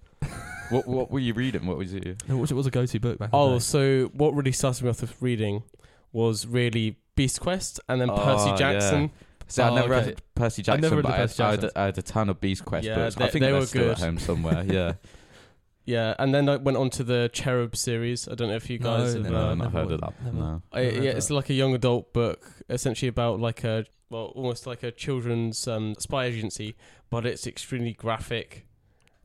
Speaker 3: What what were you reading? What was you?
Speaker 4: What was, it was a go to book back in
Speaker 5: Oh,
Speaker 4: the day?
Speaker 5: so what really started me off with reading was really Beast Quest and then
Speaker 4: Ah,
Speaker 3: Oh,
Speaker 5: Percy Jackson.
Speaker 3: See,
Speaker 4: Oh,
Speaker 3: I never
Speaker 4: okay.
Speaker 3: read Percy
Speaker 4: I
Speaker 3: Jackson,
Speaker 4: never read
Speaker 3: but
Speaker 4: the
Speaker 3: I, had,
Speaker 4: Percy
Speaker 3: I, had,
Speaker 4: Jacksons.
Speaker 3: I had a ton of Beast Quest
Speaker 5: Yeah,
Speaker 3: books.
Speaker 5: they-
Speaker 3: I think
Speaker 5: they
Speaker 3: are
Speaker 5: were
Speaker 3: still
Speaker 5: good.
Speaker 3: at home somewhere. Yeah,
Speaker 5: Yeah, and then I went on to the Cherub series. I don't know if you
Speaker 4: No,
Speaker 5: guys have.
Speaker 4: no,
Speaker 3: no,
Speaker 5: uh,
Speaker 3: I've not
Speaker 4: never
Speaker 3: heard of
Speaker 4: would-
Speaker 3: that.
Speaker 4: never.
Speaker 3: No.
Speaker 5: I,
Speaker 4: Never heard
Speaker 5: yeah,
Speaker 4: that.
Speaker 5: it's like a young adult book, essentially about like a well, almost like a children's um, spy agency, but it's extremely graphic.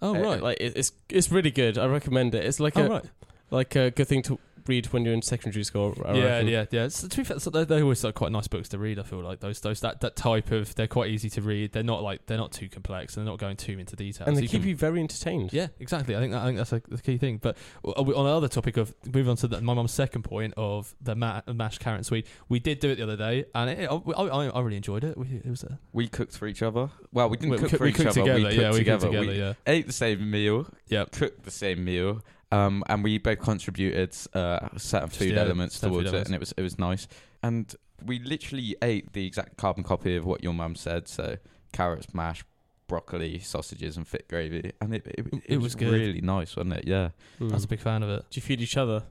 Speaker 4: Oh,
Speaker 5: Uh,
Speaker 4: right.
Speaker 5: like it, it's it's really good. I recommend it. It's like
Speaker 4: oh,
Speaker 5: a
Speaker 4: right.
Speaker 5: like a good thing to read when you're in secondary school. I
Speaker 4: yeah,
Speaker 5: reckon.
Speaker 4: yeah, yeah. So to be fair, so they- they're always like quite nice books to read. I feel like those, those that, that type of they're quite easy to read. They're not like they're not too complex and they're not going too into detail.
Speaker 5: and
Speaker 4: So
Speaker 5: they
Speaker 4: you
Speaker 5: keep
Speaker 4: can-
Speaker 5: you very entertained.
Speaker 4: Yeah, exactly. I think that, I think that's like the key thing. But uh, we- on the other topic of moving on to the, my mum's second point of the ma- uh, mashed carrot and sweet, we did do it the other day, and it, I, I, I really enjoyed it. We, it was a,
Speaker 3: We cooked for each other. Well, Oh, we didn't
Speaker 4: we,
Speaker 3: cook
Speaker 4: cooked-
Speaker 3: for
Speaker 4: we
Speaker 3: each
Speaker 4: cooked
Speaker 3: other.
Speaker 4: together.
Speaker 3: we cooked
Speaker 4: yeah,
Speaker 3: together.
Speaker 4: we cooked together.
Speaker 3: we
Speaker 4: yeah,
Speaker 3: ate the same meal.
Speaker 4: Yep.
Speaker 3: cooked the same meal. Um, and we both contributed uh, certain
Speaker 4: Just,
Speaker 3: food
Speaker 4: yeah,
Speaker 3: elements
Speaker 4: certain food
Speaker 3: towards
Speaker 4: elements.
Speaker 3: it, and it was it was nice. And we literally ate the exact carbon copy of what your mum said. So carrots, mash, broccoli, sausages, and thick gravy, and it it, it,
Speaker 4: It
Speaker 3: was,
Speaker 4: was good.
Speaker 3: really nice, wasn't it? Yeah.
Speaker 5: Mm.
Speaker 4: I was a big fan of it.
Speaker 5: Do you feed each other?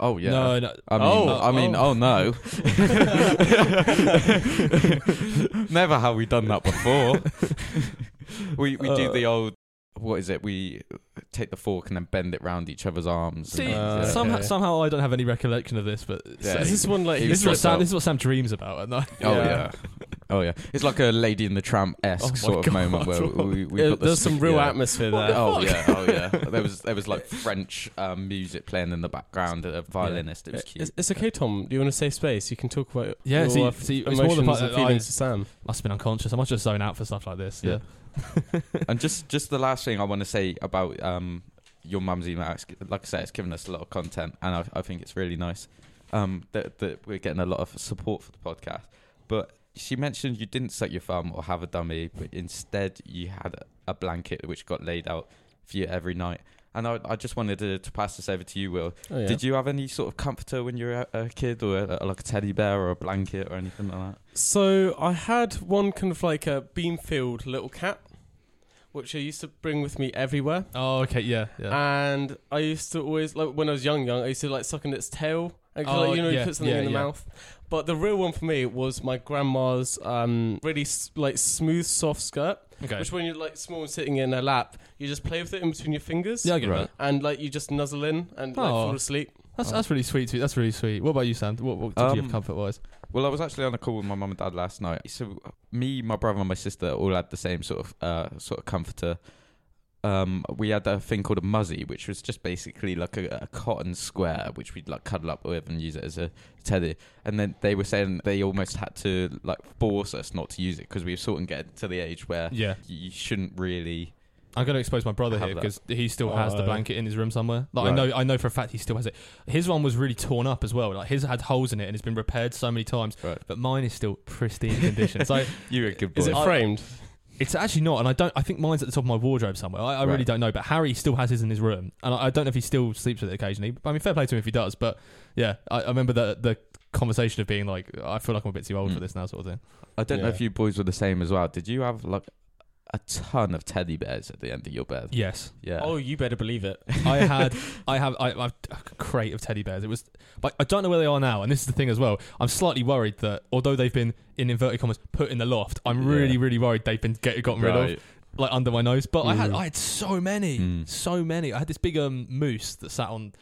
Speaker 3: Oh yeah.
Speaker 4: No, no.
Speaker 3: I mean,
Speaker 5: Oh,
Speaker 3: I mean,
Speaker 5: oh.
Speaker 3: oh, no! Never have we done that before. we we do the old what is it? We take the fork and then bend it round each other's arms.
Speaker 4: See,
Speaker 3: and
Speaker 5: Uh,
Speaker 3: that's it.
Speaker 4: somehow,
Speaker 5: okay.
Speaker 4: somehow I don't have any recollection of this, but
Speaker 3: Yeah,
Speaker 5: Is this one like
Speaker 3: He
Speaker 4: this is
Speaker 3: was
Speaker 4: what
Speaker 3: stressed
Speaker 4: Sam.
Speaker 3: out.
Speaker 4: This is what Sam dreams about at night.
Speaker 3: Oh
Speaker 5: Yeah.
Speaker 3: yeah. Oh yeah. It's like a Lady in the Tramp
Speaker 4: Oh my
Speaker 3: esque sort of moment where
Speaker 4: God.
Speaker 3: we, we
Speaker 5: Yeah,
Speaker 3: got the
Speaker 5: Uh, there's some real
Speaker 3: yeah.
Speaker 5: atmosphere
Speaker 4: What
Speaker 5: there.
Speaker 4: the
Speaker 3: Oh
Speaker 4: fuck?
Speaker 3: yeah, oh yeah. There was there was like French um, music playing in the background. A violinist. It was cute.
Speaker 5: It's, it's okay, Tom. Do you want to save space? You can talk about
Speaker 4: Yeah,
Speaker 5: your
Speaker 4: see-
Speaker 5: uh,
Speaker 4: see, it's more the
Speaker 5: emotions
Speaker 4: fact
Speaker 5: and
Speaker 4: that I-
Speaker 5: feelings to Sam.
Speaker 4: Must have been unconscious. I must just zone out for stuff like this. Yeah.
Speaker 3: Yeah. and just just the last thing I want to say about um, your mum's email. it's- Like I say, it's given us a lot of content, and I, I think it's really nice um, that that we're getting a lot of support for the podcast. But she mentioned you didn't suck your thumb or have a dummy, but instead you had a, a blanket which got laid out for you every night. And I, I just wanted to, to pass this over to you, Will.
Speaker 5: Oh, yeah.
Speaker 3: Did you have any sort of comforter when you were a, a kid, or a, like a teddy bear or a blanket or anything like that?
Speaker 5: So I had one kind of like a Beamfield little cat, which I used to bring with me everywhere,
Speaker 4: Oh, okay. Yeah. Yeah.
Speaker 3: Ah,
Speaker 5: and I used to always like when I was young, young I used to like suck on its tail, and 'cause,
Speaker 4: Oh,
Speaker 5: like, you know
Speaker 4: yeah,
Speaker 5: you put something
Speaker 4: yeah,
Speaker 5: in the
Speaker 4: yeah.
Speaker 5: mouth. But the real one for me was my grandma's um, really s- like smooth, soft skirt,
Speaker 4: okay.
Speaker 5: which when you're like small and sitting in her lap, you just play with it in between your fingers,
Speaker 4: Yeah, I get
Speaker 3: Right.
Speaker 4: that.
Speaker 5: and like you just nuzzle in and like,
Speaker 4: Oh.
Speaker 5: fall asleep.
Speaker 4: That's that's really sweet. To, that's really sweet. What about you, Sam? What, what did you have
Speaker 3: Um,
Speaker 4: comfort wise?
Speaker 3: Well, I was actually on a call with my mum and dad last night. So me, my brother, and my sister all had the same sort of uh, sort of comforter. Um, we had a thing called a muzzy, which was just basically like a, a cotton square, which we'd like cuddle up with and use it as a teddy. And then they were saying they almost had to like force us not to use it because we were sort of getting to the age where
Speaker 4: Yeah.
Speaker 3: you shouldn't really.
Speaker 4: I'm going to expose my brother
Speaker 3: Have
Speaker 4: here
Speaker 3: that.
Speaker 4: because he still has the
Speaker 5: Oh.
Speaker 4: blanket in his room somewhere. Like I
Speaker 3: Right.
Speaker 4: know, I know for a fact he still has it. His one was really torn up as well. Like his had holes in it and it's been repaired so many times.
Speaker 3: Right.
Speaker 4: But mine is still pristine condition. So
Speaker 3: You were a good boy.
Speaker 5: Is it Oh,
Speaker 4: I-
Speaker 5: framed?
Speaker 4: it's actually not. And I don't. I think mine's at the top of my wardrobe somewhere. I, I really
Speaker 3: Right.
Speaker 4: don't know. But Harry still has his in his room, and I, I don't know if he still sleeps with it occasionally. But I mean, fair play to him if he does. But yeah, I, I remember the the conversation of being like, I feel like I'm a bit too old
Speaker 3: Mm.
Speaker 4: for this now, sort of thing.
Speaker 3: I don't know
Speaker 5: Yeah.
Speaker 3: if you boys were the same as well. Did you have like a ton of teddy bears at the end of your bed?
Speaker 4: Yes.
Speaker 3: Yeah.
Speaker 5: Oh, you better believe it.
Speaker 4: I had, I have, I, I've a crate of teddy bears. It was, but I don't know where they are now. And this is the thing as well. I'm slightly worried that although they've been in inverted commas put in the loft, I'm
Speaker 3: Yeah.
Speaker 4: really, really worried they've been get, gotten rid of,
Speaker 3: Right.
Speaker 4: like under my nose. But I had,
Speaker 5: Mm.
Speaker 4: I had so many,
Speaker 3: Mm.
Speaker 4: so many. I had this big um moose that sat on.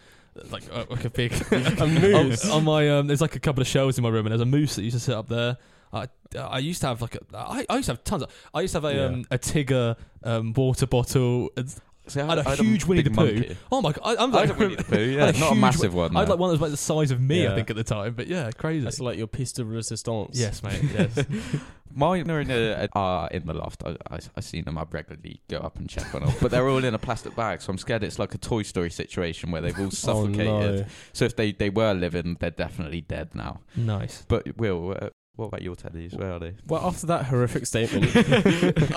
Speaker 4: Like, uh, like a big
Speaker 5: A moose?
Speaker 4: on, on my um. There's like a couple of shelves in my room, and there's a moose that used to sit up there. I I used to have like a I, I used to have tons. Of, I used to have a
Speaker 5: Yeah.
Speaker 4: um a Tigger um water bottle.
Speaker 3: See,
Speaker 4: I had a
Speaker 3: I
Speaker 4: huge Winnie
Speaker 3: big
Speaker 4: the Pooh.
Speaker 3: monkey.
Speaker 4: Oh my god! I, I'm
Speaker 3: I
Speaker 4: like
Speaker 3: had a Winnie the Pooh, yeah,
Speaker 4: Like a
Speaker 3: not a
Speaker 4: huge
Speaker 3: massive one.
Speaker 4: I had
Speaker 3: no.
Speaker 4: like one that was about the size of me, I
Speaker 5: Yeah.
Speaker 4: think, at the time. But yeah, crazy.
Speaker 5: That's like your piece de resistance.
Speaker 4: yes, mate. Yes.
Speaker 3: Mine are in, a, are in the loft. I, I, I seen them. I regularly go up and check on them, but they're all in a plastic bag, so I'm scared it's like a Toy Story situation where they've all
Speaker 5: Oh,
Speaker 3: suffocated.
Speaker 5: no.
Speaker 3: So if they, they were living, they're definitely dead now.
Speaker 4: nice.
Speaker 3: But Will, uh, What about your teddies? Where are they?
Speaker 5: Well, after that horrific statement,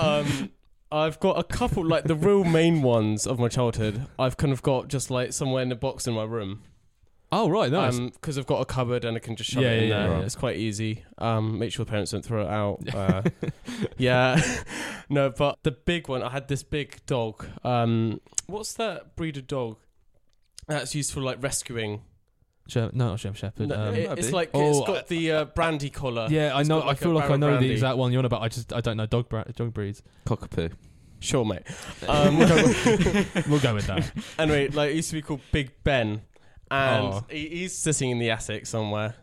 Speaker 5: um, I've got a couple, like the real main ones of my childhood. I've kind of got just like somewhere in a box in my room.
Speaker 4: Oh right, nice.
Speaker 5: because Um, I've got a cupboard and I can just shove
Speaker 4: Yeah,
Speaker 5: it in
Speaker 4: yeah,
Speaker 5: there.
Speaker 4: yeah.
Speaker 5: It's quite easy. Um, make sure the parents don't throw it out. Uh, yeah, no, but the big one. I had this big dog. Um, what's that breed of dog that's used for like rescuing?
Speaker 4: Sher- no, not Chef Shepherd.
Speaker 5: No,
Speaker 4: um,
Speaker 5: it- it's like
Speaker 4: Oh,
Speaker 5: it's got the uh, brandy collar.
Speaker 4: yeah, I
Speaker 5: it's
Speaker 4: know.
Speaker 5: got like
Speaker 4: I
Speaker 5: a
Speaker 4: feel like I
Speaker 5: barrel
Speaker 4: know
Speaker 5: brandy.
Speaker 4: the exact one you're on about. I just I don't know dog bra- dog breeds.
Speaker 3: Cockapoo.
Speaker 5: Sure, mate. Um, we'll go with-
Speaker 4: We'll go with that.
Speaker 5: anyway, like it used to be called Big Ben, and
Speaker 4: Oh.
Speaker 5: he, he's sitting in the attic somewhere.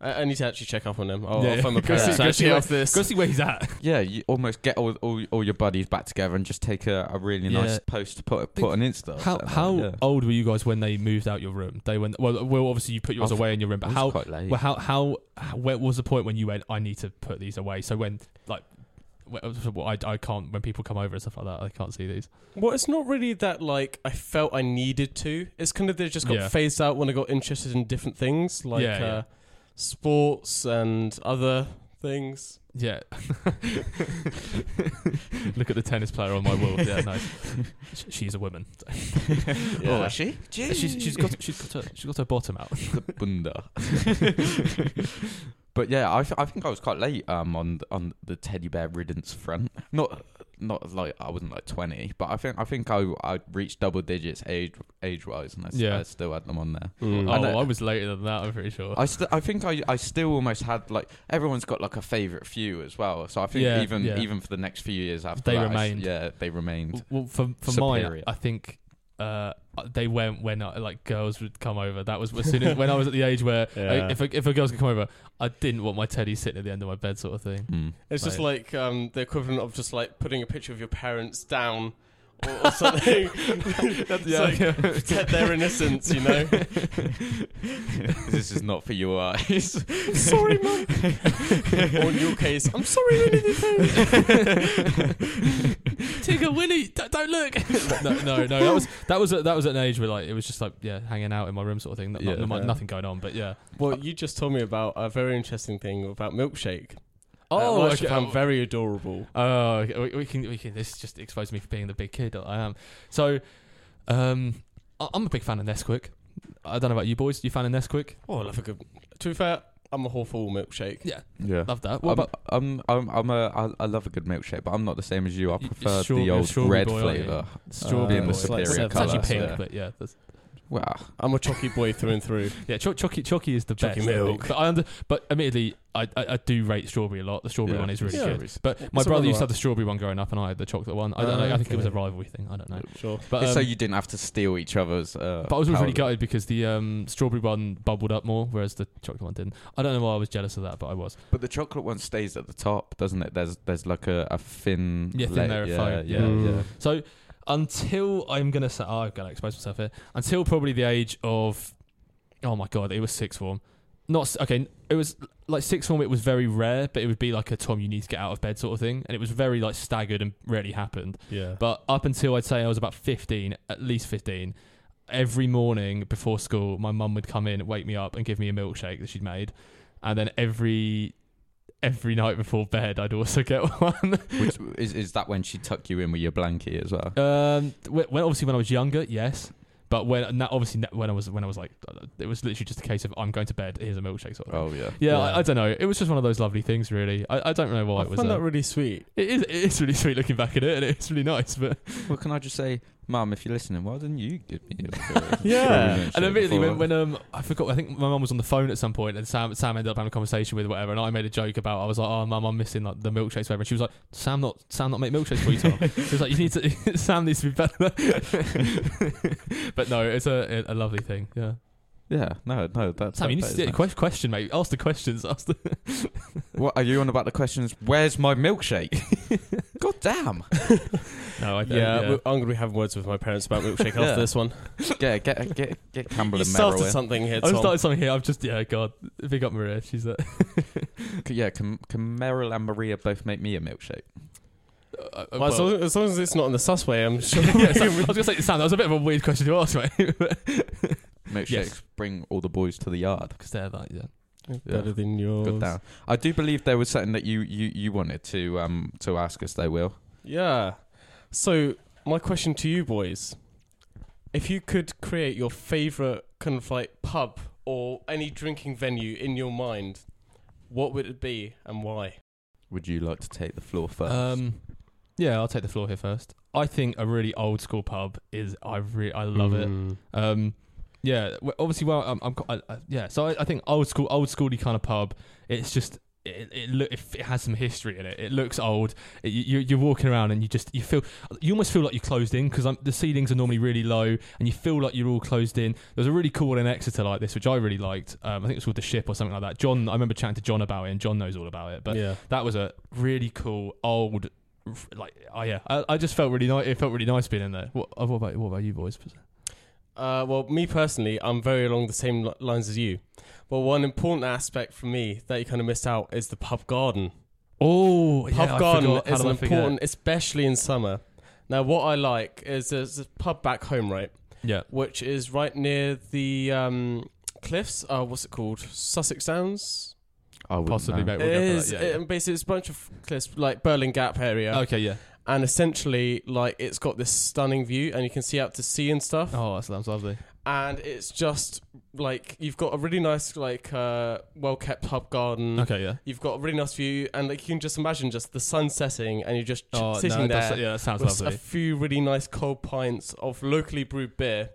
Speaker 5: I, I need to actually check up on him. I'll,
Speaker 4: Yeah,
Speaker 5: I'll
Speaker 4: yeah.
Speaker 5: phone my
Speaker 4: Go
Speaker 5: parents.
Speaker 4: see- go
Speaker 5: actually
Speaker 4: see
Speaker 5: after this.
Speaker 4: Go see where he's at.
Speaker 3: Yeah, you almost get all, all, all your buddies back together and just take a, a really
Speaker 4: Yeah.
Speaker 3: nice post to put put on Insta.
Speaker 4: How
Speaker 3: So,
Speaker 4: how
Speaker 3: yeah.
Speaker 4: old were you guys when they moved out your room? They went well. Well, obviously you put yours
Speaker 3: I've-
Speaker 4: away in your room, but
Speaker 3: It was
Speaker 4: how
Speaker 3: quite late.
Speaker 4: Well, how, how how where was the point when you went? I need to put these away. So when like, wh- I I can't when people come over and stuff like that. I can't see these.
Speaker 5: Well, it's not really that like I felt I needed to. It's kind of they just got
Speaker 4: Yeah.
Speaker 5: phased out when I got interested in different things like
Speaker 4: Yeah, yeah.
Speaker 5: Uh, sports and other things.
Speaker 4: Yeah. Look at the tennis player on my wall. Yeah, nice. Sh- She's a woman.
Speaker 5: Yeah.
Speaker 3: she?
Speaker 4: She's, she's got she's got her she's got her bottom out.
Speaker 3: the bunda. but yeah, I, th- I think I was quite late um on th- on the teddy bear riddance front. Not not like I wasn't like twenty, but I think I think I I reached double digits age age wise, and I, s-
Speaker 4: Yeah.
Speaker 3: I still had them on there.
Speaker 5: Mm.
Speaker 4: Oh,
Speaker 3: I know.
Speaker 4: I was later than that. I'm pretty sure.
Speaker 3: I st- I think I, I still almost had like everyone's got like a favorite few as well. So I think
Speaker 4: Yeah,
Speaker 3: even
Speaker 4: yeah.
Speaker 3: even for the next few years after
Speaker 4: They
Speaker 3: that, I s-
Speaker 4: remained.
Speaker 3: yeah, they remained.
Speaker 4: well, for for mine,
Speaker 3: Superior.
Speaker 4: I think uh, they went when uh, like girls would come over. That was as soon as when I was at the age where like,
Speaker 5: Yeah.
Speaker 4: if a, if a girl's gonna come over, I didn't want my teddy sitting at the end of my bed, sort of thing.
Speaker 3: Mm.
Speaker 5: It's just
Speaker 4: Right.
Speaker 5: like um, the equivalent of just like putting a picture of your parents down or, or something. It's like, protect their innocence, you know.
Speaker 3: this is not for your eyes.
Speaker 5: sorry, mum. or in your case, I'm sorry, Winnie the
Speaker 4: Tigger Willy, d- don't look. no, no, no. That was that was at, that was at an age where like it was just like yeah, hanging out in my room, sort of thing. Not,
Speaker 3: Yeah.
Speaker 4: not, not-
Speaker 5: Yeah.
Speaker 4: nothing going on, but yeah.
Speaker 5: Well, you just told me about a very interesting thing about milkshake.
Speaker 4: Oh,
Speaker 5: uh, which
Speaker 4: okay.
Speaker 5: I found very adorable.
Speaker 4: Oh, okay. we, we can we can. This just exposed me for being the big kid that I am. So, um, I, I'm a big fan of Nesquik. I don't know about you boys. You fan of Nesquik?
Speaker 5: Oh, I love a good. To be fair, I'm a whore for all milkshake.
Speaker 4: Yeah,
Speaker 3: yeah.
Speaker 4: love that. What
Speaker 5: Um,
Speaker 3: I'm, I'm,
Speaker 4: about
Speaker 3: I'm, I'm a, I, I love a good milkshake, but I'm not the same as you. I
Speaker 4: You-
Speaker 3: prefer
Speaker 4: strawberry-
Speaker 3: the old
Speaker 4: strawberry
Speaker 3: red
Speaker 4: boy, aren't you?
Speaker 3: flavour.
Speaker 4: strawberry?
Speaker 3: being the
Speaker 4: boy?
Speaker 5: it's like
Speaker 3: superior
Speaker 5: seven
Speaker 4: it's actually
Speaker 3: colour,
Speaker 5: colours,
Speaker 4: pink,
Speaker 3: yeah.
Speaker 4: but yeah, that's,
Speaker 3: Wow.
Speaker 5: I'm a chalky boy through and through.
Speaker 4: yeah. Cho- chocky chocky E is the
Speaker 5: Chocky
Speaker 3: E
Speaker 4: best. I think.
Speaker 5: milk.
Speaker 4: But I under, but admittedly, I, I I do rate strawberry a lot. The strawberry
Speaker 3: Yeah.
Speaker 4: one is really
Speaker 5: Yeah.
Speaker 4: good. But my
Speaker 5: It's
Speaker 4: brother used
Speaker 5: a
Speaker 4: to
Speaker 5: runner-up.
Speaker 4: have the strawberry one growing up, and I had the chocolate one. I don't know. I think it was a
Speaker 5: Okay.
Speaker 4: rivalry thing. I don't know.
Speaker 5: Sure.
Speaker 4: But
Speaker 3: Ah, It's so
Speaker 4: um,
Speaker 3: you didn't have to steal each other's. Uh,
Speaker 4: But I was always really
Speaker 3: powder.
Speaker 4: gutted because the um, strawberry one bubbled up more, whereas the chocolate one didn't. I don't know why I was jealous of that, but I was.
Speaker 3: But the chocolate one stays at the top, doesn't it? There's there's like a, a thin.
Speaker 4: Yeah, thin
Speaker 3: la-
Speaker 4: layer of
Speaker 3: yeah,
Speaker 4: foam,
Speaker 3: Yeah,
Speaker 4: yeah.
Speaker 3: yeah.
Speaker 4: So until I'm gonna say, oh, I've got to expose myself here. Until probably the age of, oh my god, it was sixth form. Not s- okay. It was like sixth form. It was very rare, but it would be like a Tom, you need to get out of bed sort of thing, and it was very like staggered and rarely happened.
Speaker 5: Yeah.
Speaker 4: But up until I'd say I was about 15, at least 15, every morning before school, my mum would come in, wake me up, and give me a milkshake that she'd made. And then every every night before bed, I'd also get one.
Speaker 3: Which is is that when she tucked you in with your blankie as well?
Speaker 4: um, when, when- obviously when I was younger, yes. But when and that obviously ne- when I was when I was like, uh, it was literally just a case of I'm going to bed. Here's a milkshake sort of. Thing.
Speaker 3: Oh yeah.
Speaker 4: Yeah,
Speaker 5: Yeah.
Speaker 4: I, I don't know. It was just one of those lovely things, really. I, I don't know why
Speaker 5: I
Speaker 4: it was.
Speaker 5: found
Speaker 4: there.
Speaker 5: that really sweet.
Speaker 4: it is it is really sweet looking back at it, and it's really nice. But
Speaker 3: Well, can I just say, Mum, if you're listening, why didn't you give me?
Speaker 5: Yeah.
Speaker 4: And immediately, when, when um, I forgot, I think my mum was on the phone at some point, and Sam Sam ended up having a conversation with whatever, and I made a joke about I was like, "Oh, mum, I'm missing like the milkshakes, whatever." And she was like, "Sam, not Sam, not make milkshakes for you, Tom." she was like, "You need to, Sam needs to be better." but no, it's a a lovely thing. Yeah,
Speaker 3: yeah, no, no, that's
Speaker 4: Sam, you need to get a que- question, mate. Ask the questions. Ask the
Speaker 3: What are you on about the questions? Where's my milkshake? God damn!
Speaker 4: no, I
Speaker 5: Yeah, we- I'm going to be having words with my parents about milkshake
Speaker 3: Yeah.
Speaker 5: after this one.
Speaker 3: Get get get get Campbell
Speaker 5: You
Speaker 3: and Merrill.
Speaker 5: started
Speaker 3: in.
Speaker 5: something here,
Speaker 4: I
Speaker 5: Tom.
Speaker 4: started something here. I've just yeah, God, big up Maria. She's a, uh,
Speaker 3: C- Yeah, can can Merrill and Maria both make me a milkshake?
Speaker 4: uh,
Speaker 5: Well, as, long, as long as it's not in the susway, I'm sure.
Speaker 4: yeah, Sam, I was gonna say, Sam, that was a bit of a weird question to ask, mate.
Speaker 3: Milkshakes
Speaker 4: Yes.
Speaker 3: bring all the boys to the yard.
Speaker 4: Because they're like, yeah.
Speaker 5: Better than yours.
Speaker 3: Good down. I do believe there was something that you, you, you wanted to um to ask us though, Will.
Speaker 5: Yeah. So my question to you boys: If you could create your favorite kind of like pub or any drinking venue in your mind, what would it be and why?
Speaker 3: Would you like to take the floor first?
Speaker 4: Um, yeah, I'll take the floor here first. I think a really old school pub is I re- I love it. Um, yeah, w- obviously. Well, um, I'm, co- I, I, yeah. So I, I think old school, old schooly kind of pub. It's just it it, look, it it has some history in it. It looks old. It, you, you're walking around and you just you feel you almost feel like you're closed in because the ceilings are normally really low and you feel like you're all closed in. There's a really cool one in Exeter like this, which I really liked. Um, I think it was called the Ship or something like that. John, I remember chatting to John about it, and John knows all about it. But
Speaker 5: yeah.
Speaker 4: that was a really cool old like oh yeah I, I just felt really nice it felt really nice being in there what, uh, what about what about you boys
Speaker 5: Uh, well, me personally, I'm very along the same li- lines as you. But one important aspect for me that you kind of missed out is the pub garden.
Speaker 4: oh
Speaker 5: Pub garden is an important, especially in summer. Now, what I like is there's a pub back home, right?
Speaker 4: yeah
Speaker 5: which is right near the um, cliffs. Uh, what's it called? Sussex Downs.
Speaker 3: I wouldn't
Speaker 4: possibly
Speaker 3: know.
Speaker 4: mate, we'll
Speaker 5: It
Speaker 4: go for that,
Speaker 5: is. um,
Speaker 4: yeah, Oh. yeah.
Speaker 5: it- basically, it's a bunch of cliffs, like Berlin Gap area,
Speaker 4: okay yeah
Speaker 5: and essentially, like it's got this stunning view, and you can see out to sea and stuff.
Speaker 4: oh that sounds lovely
Speaker 5: And it's just like you've got a really nice, like uh, well kept pub garden.
Speaker 4: okay yeah
Speaker 5: You've got a really nice view, and like you can just imagine just the sun setting, and you're just ch-
Speaker 4: oh
Speaker 5: sitting
Speaker 4: no, that's-
Speaker 5: there
Speaker 4: yeah that sounds
Speaker 5: with s-
Speaker 4: lovely
Speaker 5: a few really nice cold pints of locally brewed beer.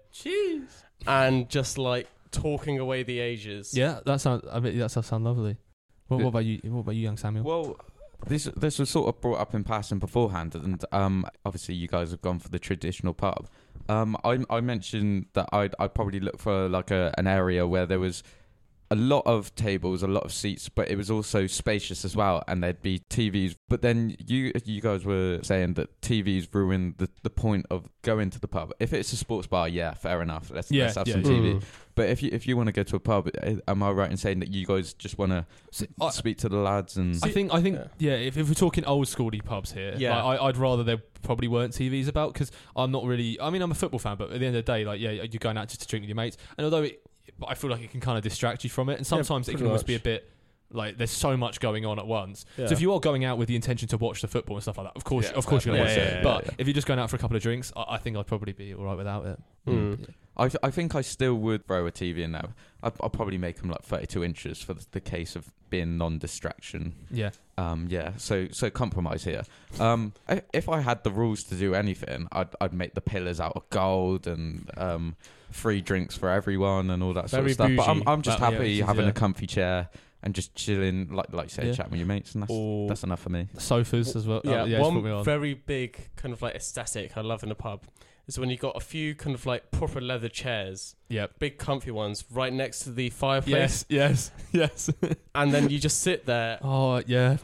Speaker 5: And just like talking away the ages.
Speaker 4: yeah that sounds I mean, that sounds sound lovely what, what about you what about you young Samuel
Speaker 3: Well, this this was sort of brought up in passing beforehand, and um, obviously you guys have gone for the traditional pub. Um, I I mentioned that I'd I'd probably look for like a an area where there was a lot of tables, a lot of seats, but it was also spacious as well, and there'd be TVs. But then you you guys were saying that TVs ruin the, the point of going to the pub. If it's a sports bar, yeah, fair enough. Let's
Speaker 4: Yeah,
Speaker 3: let's have
Speaker 4: yeah,
Speaker 5: Mm.
Speaker 3: some
Speaker 4: yeah.
Speaker 3: TV. But if you if you want to go to a pub, eh, am I right in saying that you guys just want to
Speaker 4: See, I-
Speaker 3: speak to the lads and
Speaker 4: I think I think
Speaker 5: Yeah.
Speaker 4: yeah. if, if we're talking old schooly pubs here,
Speaker 5: Yeah.
Speaker 4: like, I, I'd rather there probably weren't TVs about because I'm not really. I mean, I'm a football fan, but at the end of the day, like yeah, you're going out just to drink with your mates, and although it, I feel like it can kind of distract you from it, and sometimes it
Speaker 5: pretty
Speaker 4: can almost be a
Speaker 5: much.
Speaker 4: bit like there's so much going on at once.
Speaker 5: Yeah.
Speaker 4: So if you are going out with the intention to watch the football and stuff like that, of course,
Speaker 5: Yeah,
Speaker 4: of course, you're gonna
Speaker 5: exactly.
Speaker 4: watch
Speaker 5: Yeah,
Speaker 4: it.
Speaker 5: yeah,
Speaker 4: but
Speaker 3: yeah, yeah.
Speaker 4: if you're just going out for a couple of drinks, I, I think I'd probably be all right without it.
Speaker 5: Mm.
Speaker 3: I, th- I think I still would throw a TV in there. I'd, I'll probably make them like 32 inches for the, the case of being non-distraction.
Speaker 4: Yeah,
Speaker 3: Um, yeah, so so compromise here. Um, I, if I had the rules to do anything, I'd I'd make the pillars out of gold and um, free drinks for everyone and all that sort
Speaker 5: Very
Speaker 3: of stuff. But I'm
Speaker 5: bougie.
Speaker 3: I'm just
Speaker 4: That- yeah,
Speaker 3: happy
Speaker 4: which is-
Speaker 3: having
Speaker 4: yeah.
Speaker 3: a comfy chair and just chilling, like like you say,
Speaker 4: Yeah.
Speaker 3: chatting with your mates, and that's
Speaker 5: Or-
Speaker 3: that's enough for me.
Speaker 4: sofas as well.
Speaker 5: yeah,
Speaker 4: uh, yeah it's put me
Speaker 5: one
Speaker 4: on.
Speaker 5: very big kind of like aesthetic I love in a pub is when you got a few kind of like proper leather chairs,
Speaker 4: Yep.
Speaker 5: big comfy ones, right next to the fireplace,
Speaker 4: Yes, yes, yes.
Speaker 5: and then you just sit there.
Speaker 4: Oh yeah,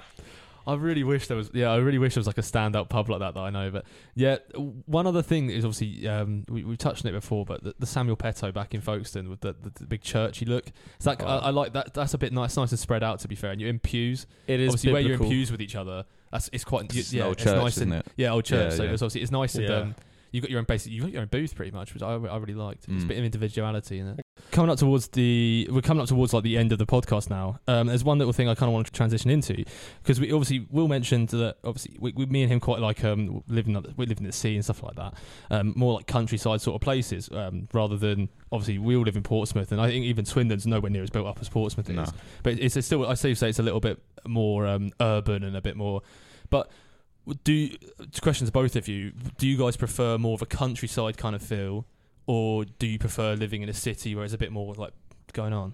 Speaker 4: I really wish there was. Yeah, I really wish there was like a stand-up pub like that that I know. But yeah, one other thing is obviously um, we we touched on it before, but the, the Samuel Petto back in Folkestone with the, the, the big churchy look. It's
Speaker 5: Oh,
Speaker 4: that I, I like that. That's a bit nice, nice and spread out. To be fair, and you're in pews.
Speaker 5: It is
Speaker 4: obviously, where you're in
Speaker 5: biblical.
Speaker 4: pews with each other. That's it's quite
Speaker 3: It's an
Speaker 4: yeah,
Speaker 3: old
Speaker 4: it's
Speaker 3: church,
Speaker 4: nice
Speaker 3: isn't
Speaker 4: and
Speaker 3: it?
Speaker 4: yeah, old church.
Speaker 3: Yeah,
Speaker 4: so
Speaker 3: yeah.
Speaker 4: it's obviously it's nice and
Speaker 5: Yeah.
Speaker 4: um, you got your own basic. You got your own booth pretty much, which I, I really liked. It's a
Speaker 3: Mm.
Speaker 4: bit of individuality in it. Coming up towards the we're coming up towards like the end of the podcast now. Um, there's one little thing I kind of want to transition into because we obviously Will mentioned that obviously we, we, me and him quite like um living up, we live in the sea and stuff like that. Um, more like countryside sort of places um, rather than obviously we all live in Portsmouth and I think even Swindon's nowhere near as built up as Portsmouth is.
Speaker 3: No.
Speaker 4: But it's, it's still I still say it's a little bit more um, urban and a bit more. But do questions to both of you? Do you guys prefer more of a countryside kind of feel, or do you prefer living in a city where it's a bit more like going on?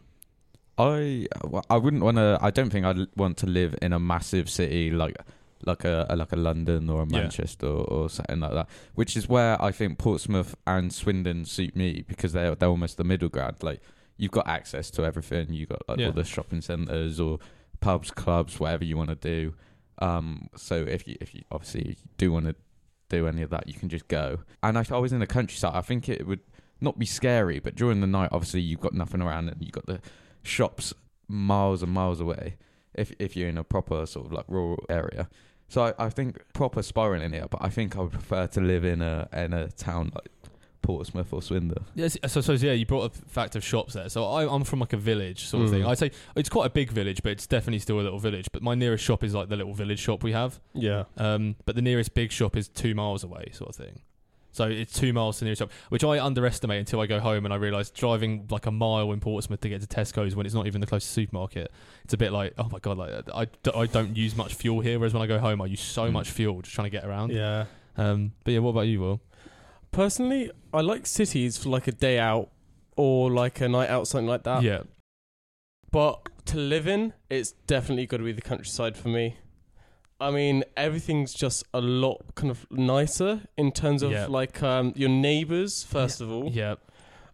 Speaker 3: I well, I wouldn't want to. I don't think I'd l- want to live in a massive city like like a, a- like a London or a
Speaker 4: Yeah.
Speaker 3: Manchester or something like that. Which is where I think Portsmouth and Swindon suit me because they're they're almost the middle ground. Like you've got access to everything. You've got like
Speaker 4: Yeah.
Speaker 3: all the shopping centres or pubs, clubs, whatever you want to do. Um, so if you if you obviously do want to do any of that, you can just go. And if I was in the countryside, I think it would not be scary, but during the night, obviously you've got nothing around and you've got the shops miles and miles away. If if you're in a proper sort of like rural area, so I, I think proper spiraling here, but I think I would prefer to live in a in a town like Portsmouth or Swindon.
Speaker 4: Yes, so, so yeah, you brought up the fact of shops there. So I, I'm from like a village sort of
Speaker 5: Mm.
Speaker 4: thing. I say it's quite a big village, but it's definitely still a little village. But my nearest shop is like the little village shop we have.
Speaker 5: Yeah.
Speaker 4: Um, but the nearest big shop is two miles away, sort of thing. So it's two miles to the nearest shop, which I underestimate until I go home and I realise driving like a mile in Portsmouth to get to Tesco's when it's not even the closest supermarket. It's a bit like, oh my god, like I, d- I don't use much fuel here, whereas when I go home, I use so
Speaker 3: Mm.
Speaker 4: much fuel just trying to get around.
Speaker 5: Yeah.
Speaker 4: Um, but yeah, what about you, Will?
Speaker 5: Personally, I like cities for like a day out or like a night out, something like that.
Speaker 4: yeah,
Speaker 5: But to live in, it's definitely got to be the countryside for me. I mean, everything's just a lot kind of nicer in terms of
Speaker 4: Yeah.
Speaker 5: like um, your neighbors, first of all,
Speaker 4: yeah,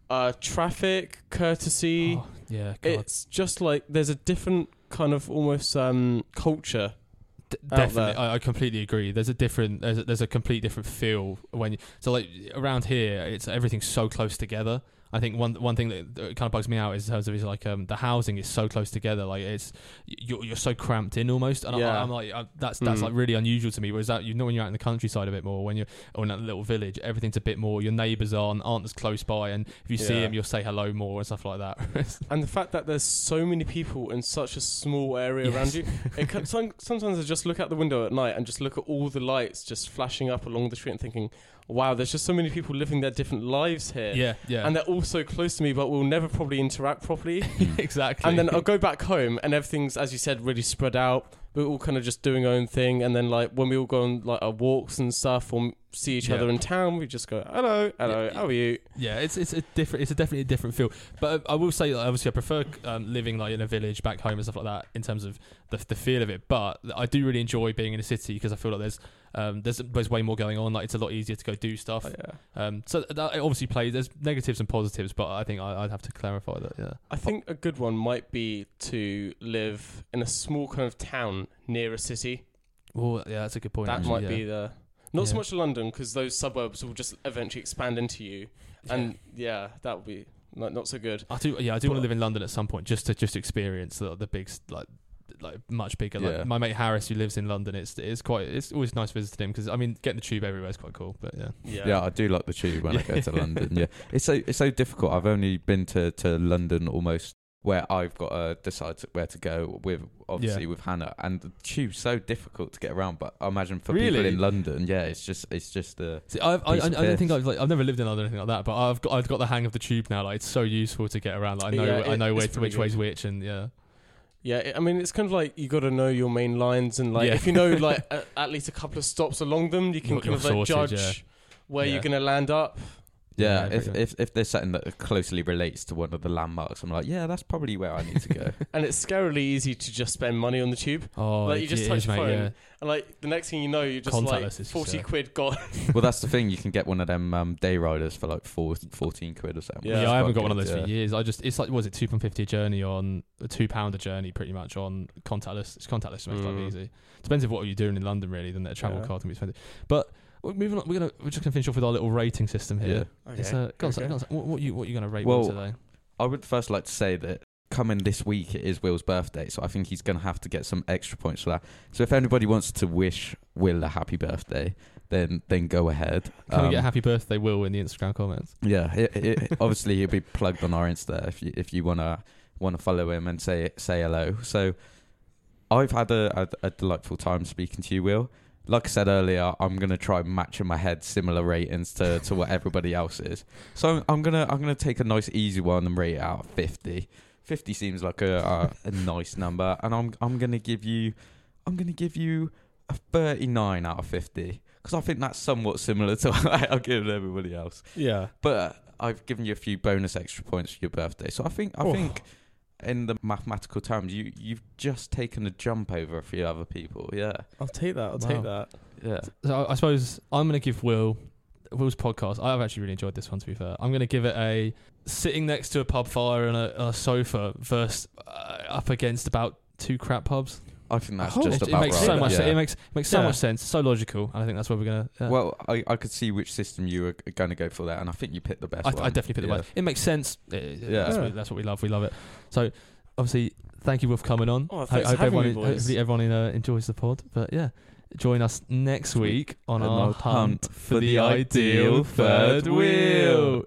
Speaker 5: uh, traffic, courtesy.
Speaker 4: Oh, yeah. God.
Speaker 5: it's just like there's a different kind of almost um, culture.
Speaker 4: D-
Speaker 5: out
Speaker 4: definitely,
Speaker 5: there.
Speaker 4: I, I completely agree. There's a different, there's a, there's a complete different feel when you, so like around here, it's everything's so close together. I think one one thing that, that kind of bugs me out is in terms of is like um, the housing is so close together, like it's you're, you're so cramped in almost, and I,
Speaker 5: Yeah.
Speaker 4: I'm like I, that's that's
Speaker 5: Mm.
Speaker 4: like really unusual to me. Whereas that you know when you're out in the countryside a bit more, when you're or in that little village, everything's a bit more. Your neighbours aren't aren't as close by, and if you see
Speaker 5: Yeah.
Speaker 4: them, you'll say hello more and stuff like that.
Speaker 5: And the fact that there's so many people in such a small area around you, it can, some, sometimes I just look out the window at night and just look at all the lights just flashing up along the street and thinking, wow, there's just so many people living their different lives here.
Speaker 4: yeah, yeah,
Speaker 5: And they're all so close to me, but we'll never probably interact properly.
Speaker 4: exactly.
Speaker 5: and then I'll go back home, and everything's, as you said, really spread out. We're all kind of just doing our own thing. And then, like, when we all go on like our walks and stuff or m- see each
Speaker 4: Yeah.
Speaker 5: other in town, we just go, hello, hello,
Speaker 4: Yeah.
Speaker 5: how are you?
Speaker 4: Yeah, it's it's a different it's a definitely a different feel. But uh, I will say, like, obviously, I prefer um, living like in a village back home and stuff like that in terms of the, the feel of it. But I do really enjoy being in a city because I feel like there's um, there's there's way more going on. Like it's a lot easier to go do stuff.
Speaker 5: Oh, yeah.
Speaker 4: Um, so that it obviously plays. There's negatives and positives, but I think I, I'd have to clarify that. Yeah.
Speaker 5: I think a good one might be to live in a small kind of town near a city.
Speaker 4: Well, yeah, that's a good point.
Speaker 5: That
Speaker 4: actually,
Speaker 5: might
Speaker 4: yeah.
Speaker 5: be the not so
Speaker 4: Yeah.
Speaker 5: much London because those suburbs will just eventually expand into you, and yeah, that would be not not so good.
Speaker 4: I do. Yeah, I do want to
Speaker 5: But-
Speaker 4: live in London at some point, just to just experience the, the big s- like like much bigger.
Speaker 3: Yeah.
Speaker 4: Like my mate Harris, who lives in London, it's it's quite it's always nice visiting him because I mean getting the tube everywhere is quite cool. But yeah,
Speaker 5: Yeah,
Speaker 3: Yeah, I do like the tube when I go to London. Yeah, it's so it's so difficult. I've only been to, to London almost where I've got to decide to- where to go with obviously with Hannah, and the tube's so difficult to get around. But I imagine for people
Speaker 4: Really?
Speaker 3: in London, yeah, it's just it's just uh,
Speaker 4: See, I've, I, I,
Speaker 3: Piece
Speaker 4: I
Speaker 3: of
Speaker 4: don't think
Speaker 3: piss.
Speaker 4: I've like I've never lived in London or anything like that, but I've got I've got the hang of the tube now. Like it's so useful to get around. Like I know
Speaker 5: Yeah,
Speaker 4: I
Speaker 5: it-
Speaker 4: know
Speaker 5: it's
Speaker 4: where,
Speaker 5: pretty
Speaker 4: which
Speaker 5: good.
Speaker 4: way's which, and yeah,
Speaker 5: yeah. it- I mean, it's kind of like you got to know your main lines, and like
Speaker 4: Yeah.
Speaker 5: if you know like a, at least a couple of stops along them, you can
Speaker 4: You're-
Speaker 5: kind of
Speaker 4: you're
Speaker 5: like
Speaker 4: sorted,
Speaker 5: judge where
Speaker 4: Yeah.
Speaker 5: you're gonna land up.
Speaker 3: yeah.
Speaker 4: Yeah,
Speaker 3: if,
Speaker 4: pretty
Speaker 3: if if there's something that closely relates to one of the landmarks, I'm like, yeah, that's probably where I need to go.
Speaker 5: And it's scarily easy to just spend money on the tube,
Speaker 4: oh,
Speaker 5: Like, you
Speaker 4: it-
Speaker 5: just
Speaker 4: it
Speaker 5: touch
Speaker 4: is, mate,
Speaker 5: phone.
Speaker 4: yeah.
Speaker 5: and like the next thing you know, you're just like
Speaker 4: Contactless is just,
Speaker 5: forty
Speaker 4: uh,
Speaker 5: quid gone.
Speaker 3: well, that's the thing. You can get one of them um, day riders for like four, 14 quid or something.
Speaker 5: Yeah.
Speaker 4: Yeah,
Speaker 3: which is
Speaker 4: I haven't got
Speaker 3: quite
Speaker 4: one of
Speaker 3: good,
Speaker 4: those
Speaker 3: yeah.
Speaker 4: for years. I just it's like was it two pound fifty a journey on a two pound a journey pretty much on contactless. It's contactless, so it's quite
Speaker 5: Mm.
Speaker 4: easy. Depends if what you're doing in London really, then a travel
Speaker 5: Yeah.
Speaker 4: card can be expensive. But we're moving on, we're gonna we're just gonna finish off with our little rating system here. It's uh, go on,
Speaker 5: okay.
Speaker 4: go on, what, what you what you gonna rate
Speaker 3: Well,
Speaker 4: me today?
Speaker 3: I would first like to say that coming this week it is Will's birthday, so I think he's going to have to get some extra points for that. So if anybody wants to wish Will a happy birthday, then then go ahead.
Speaker 4: Can we
Speaker 3: Um,
Speaker 4: get a happy birthday, Will, in the Instagram comments?
Speaker 3: yeah, it, it, obviously he'll be plugged on our Insta if you if you wanna wanna follow him and say say hello. So I've had a, a, a delightful time speaking to you, Will. Like I said earlier, I'm gonna try and match in my head similar ratings to, to what everybody else is. So I'm, I'm gonna I'm gonna take a nice easy one and rate it out of fifty. Fifty seems like a, a, a nice number, and I'm I'm gonna give you I'm gonna give you a thirty nine out of fifty because I think that's somewhat similar to what I've given everybody else
Speaker 5: Yeah.
Speaker 3: but uh, I've given you a few bonus extra points for your birthday. So I think I
Speaker 5: Oh.
Speaker 3: think in the mathematical terms, you you've just taken a jump over a few other people. Yeah,
Speaker 5: I'll take that.
Speaker 4: Wow.
Speaker 5: I'll take that.
Speaker 3: yeah.
Speaker 4: So I, I suppose I'm going to give Will Will's podcast. I've actually really enjoyed this one. To be fair, I'm going to give it a sitting next to a pub fire and a, a sofa versus uh, up against about two crap pubs.
Speaker 3: I think that's
Speaker 5: Oh,
Speaker 3: just
Speaker 4: it, it
Speaker 3: about
Speaker 4: makes
Speaker 3: right.
Speaker 4: so much.
Speaker 3: yeah.
Speaker 4: It makes it makes so
Speaker 5: Yeah.
Speaker 4: much sense. So logical. And I think that's where we're going to.
Speaker 3: well, I, I could see which system you were going to go for there, and I think you picked the best
Speaker 4: I,
Speaker 3: one.
Speaker 4: I definitely picked the
Speaker 3: yeah.
Speaker 4: right. It makes sense. It- it-
Speaker 3: Yeah.
Speaker 4: That's, what, that's what we love. We love it. So obviously, thank you Will for coming on.
Speaker 5: Oh,
Speaker 4: Ho-
Speaker 5: thanks for having me,
Speaker 4: everyone,
Speaker 5: boys.
Speaker 4: hopefully everyone in, uh, enjoys the pod. But yeah, Join us next week on
Speaker 3: And
Speaker 4: our
Speaker 3: our
Speaker 4: hunt,
Speaker 3: hunt
Speaker 4: for the ideal third wheel.